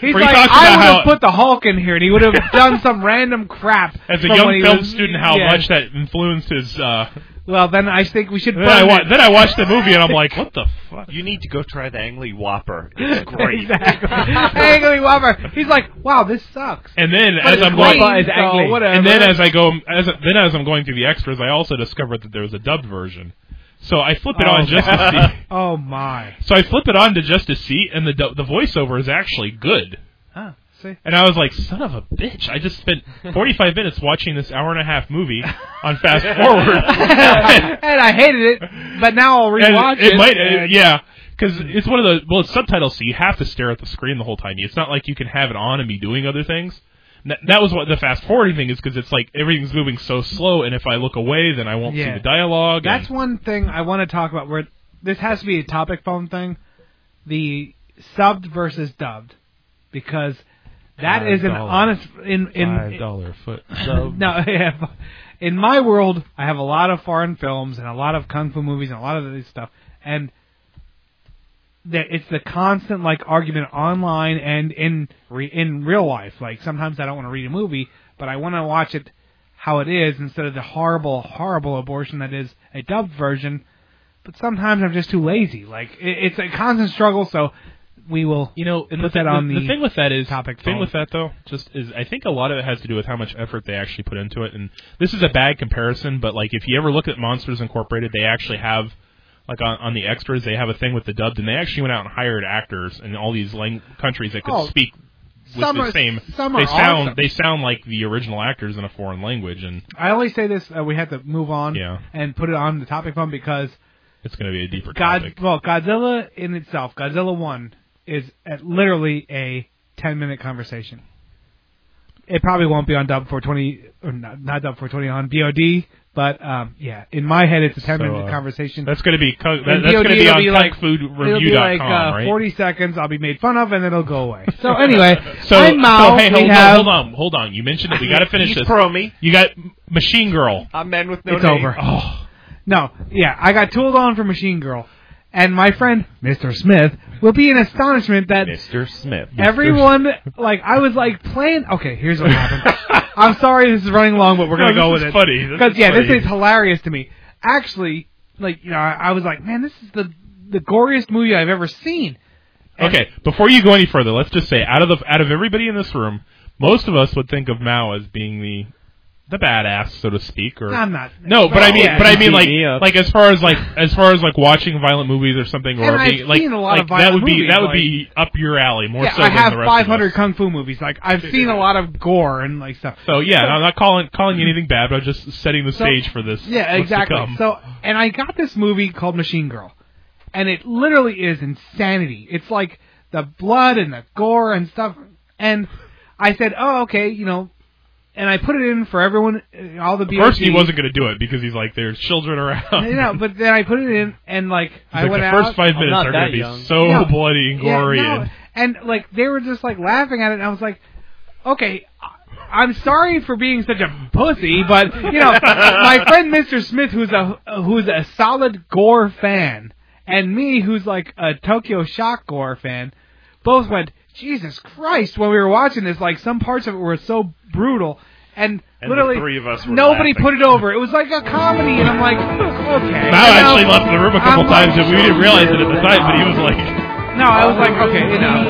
S9: He's
S10: Where he
S9: like,
S10: talks
S9: I
S10: about
S9: would
S10: how-
S9: have put the Hulk in here, and he would have done some random crap.
S10: as a
S9: from when
S10: young
S9: he
S10: film
S9: was-
S10: student how
S9: yeah.
S10: much that influenced his uh
S9: Well, then I think we should.
S10: then
S9: burn
S10: I, wa-
S9: it.
S10: then I watched the movie and I'm like what the fuck
S14: You need to go try the Angley Whopper. It's great.
S9: exactly. Angley Whopper. He's like, wow, this sucks.
S10: And then
S9: But
S10: as
S9: it's
S10: I'm going,
S9: green, so whatever.
S10: and then as I go, as then as I'm going through the extras, I also discovered that there was a dubbed version. So I flip it
S9: oh,
S10: on just to
S9: God. Oh my.
S10: see. So I flip it on to just to see, and the du- the voiceover is actually good.
S9: Huh. See.
S10: And I was like, son of a bitch! I just spent 45 minutes watching this hour and a half movie on fast forward.
S9: and I hated it, but now I'll rewatch
S10: And it, might, uh, yeah, because it's one of those. Well, it's subtitles, so you have to stare at the screen the whole time. It's not like you can have it on and be doing other things. And That, that was what the fast forwarding thing is because it's like everything's moving so slow, and if I look away, then I won't see
S9: Yeah.
S10: the dialogue. and-
S9: That's one thing I want to talk about. Where this has to be a topic phone thing, the subbed versus dubbed, because that
S10: Five
S9: is an
S10: dollars.
S9: honest in
S10: Five
S9: in
S10: dollar foot.
S9: no yeah, in my world I have a lot of foreign films and a lot of kung fu movies and a lot of this stuff and. That it's the constant like argument online and in re- in real life. Like sometimes I don't want to read a movie, but I want to watch it how it is instead of the horrible, horrible abortion that is a dubbed version. But sometimes I'm just too lazy. Like it, it's a constant struggle. So we will
S10: you know and
S9: put
S10: the,
S9: that on
S10: the,
S9: the,
S10: thing with that is
S9: topic
S10: thing
S9: phone.
S10: with that though just is I think a lot of it has to do with how much effort they actually put into it and this is a bad comparison but like if you ever look at Monsters Incorporated they actually have like on, on the extras they have a thing with the dubbed and they actually went out and hired actors in all these lang- countries that could
S9: Oh,
S10: speak with
S9: some
S10: the
S9: are-
S10: same
S9: some
S10: they
S9: are
S10: sound
S9: awesome.
S10: they sound like the original actors in a foreign language and
S9: I only say this. Uh, we have to move on
S10: Yeah.
S9: and put it on the topic phone because
S10: it's going to be a deeper
S9: God,
S10: topic.
S9: well, Godzilla in itself, Godzilla One is at literally a ten minute conversation. It probably won't be on Dub 420 or not, not Dub 420 on BOD, but um, yeah, in my head it's a ten
S10: So,
S9: minute
S10: uh,
S9: conversation.
S10: that's gonna be co-
S9: In
S10: that- that's
S9: BOD,
S10: gonna be
S9: it'll
S10: on
S9: like,
S10: kungfu-review.com,
S9: It'll be like uh,
S10: right?
S9: forty seconds. I'll be made fun of and then it'll go away. So anyway,
S10: uh, so,
S9: I'm Mal.
S10: so hey,
S9: we
S10: hold,
S9: have,
S10: on, hold on, hold on. You mentioned it. We got to finish
S9: He's
S10: this.
S9: pro me.
S10: You got Machine Girl.
S9: Um,
S14: I'm men with
S9: it's over.
S10: oh.
S9: No, yeah, I got tooled on for Machine Girl, and my friend Mr. Smith will be in astonishment that
S14: Mr. Smith.
S9: everyone, like, I was like playing. Okay, here's what happened. I'm sorry this is running long, but we're
S10: No,
S9: gonna
S10: this
S9: go
S10: is
S9: with
S10: funny.
S9: it.
S10: This is
S9: yeah,
S10: funny.
S9: this is hilarious to me. Actually, like, you know, I, I was like, man, this is the the goriest movie I've ever seen.
S10: Okay, before you go any further, let's just say out of the out of everybody in this room, most of us would think of Mao as being the the badass, so to speak. Or
S9: I'm not-
S10: No, but I mean,
S9: Um, Yeah,
S10: but I
S9: you
S10: mean,
S9: beat
S10: like,
S9: me up.
S10: like as far as like as far as like watching violent movies or something,
S9: And
S10: or
S9: I've
S10: being, like,
S9: seen a lot
S10: like,
S9: of violent
S10: that would be
S9: movies,
S10: that would
S9: like-
S10: be up your alley more
S9: yeah,
S10: so
S9: I
S10: than
S9: have
S10: the rest of us.
S9: 500 kung fu movies. Like, I've seen a lot of gore and like stuff.
S10: So yeah, and I'm not calling calling you anything bad, but I'm just setting the
S9: So-
S10: stage for this.
S9: Yeah,
S10: what's to
S9: exactly.
S10: come.
S9: So, and I got this movie called Machine Girl, and it literally is insanity. It's like the blood and the gore and stuff. And I said, "Oh, okay," you know. And I put it in for everyone, uh, all the
S10: At First, he
S9: BOTs.
S10: wasn't going to do it because he's like, there's children around.
S9: No, no, but then I put it in, and like I
S10: like,
S9: went
S10: the
S9: out.
S10: first five I'm minutes not are gonna that be young. so bloody and gory
S9: Yeah,
S10: and-
S9: and like they were just like laughing at it, and I was like, okay. I- I'm sorry for being such a pussy, but you know, my friend Mr. Smith, who's a who's a solid gore fan, and me, who's like a Tokyo Shock gore fan, both went, Jesus Christ, when we were watching this. Like some parts of it were so brutal, and,
S14: And the
S9: literally
S14: three of us were
S9: nobody
S14: laughing.
S9: put it over. It was like a comedy, and I'm like, okay.
S10: Mao
S9: you know?
S10: actually left the room a couple
S9: I'm
S10: times,
S9: like-
S10: and we didn't realize it at the time. But he was like,
S9: No, I was like, okay, you know,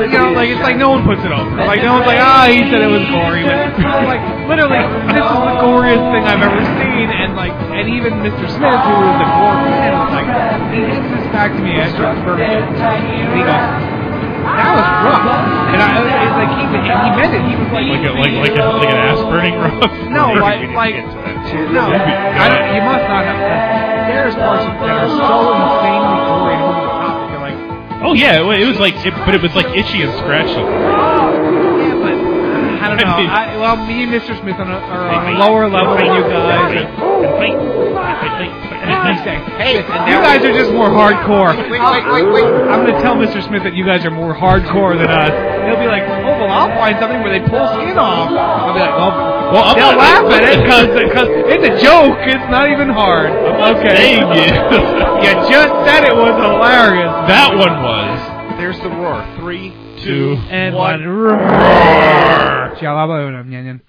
S9: you know, like it's like no one puts it over. Like no one's like, ah, he said it was gory, but like literally, this is the goriest thing I've ever seen, and like, and even Mr. Smith, who was a gore fan, was like, he hits this back to me at Strasburg, and he goes, that was rough, and I, it's like he, and he meant it. He was like,
S10: like a, like like, a, like an ass burning rough.
S9: no, like, like, no, I don't, you must not have. There's parts of it that are so insanely gory and over the top. that You're like,
S10: Oh yeah, it, wa- it was like, it, but it was like itchy and scratchy.
S9: yeah, but I don't know. I, well, me and Mr. Smith on a, are on a lower level than you guys. Hey, you guys are just more hardcore. Wait, wait, wait, wait. I'm gonna tell Mr. Smith that you guys are more hardcore than us.
S10: Uh,
S9: He'll be like, oh well, I'll find something where they pull skin off. I'll be like, well,
S10: Well, I'm
S9: they'll
S10: not-
S9: laugh at it Oh, because it's a joke. It's not even hard. okay.
S10: saying it.
S9: you just said it was hilarious.
S10: That one was.
S14: There's the roar. Three,
S10: Two
S9: and
S14: one.
S9: one. Roar. Jalaba unam nyan nyan.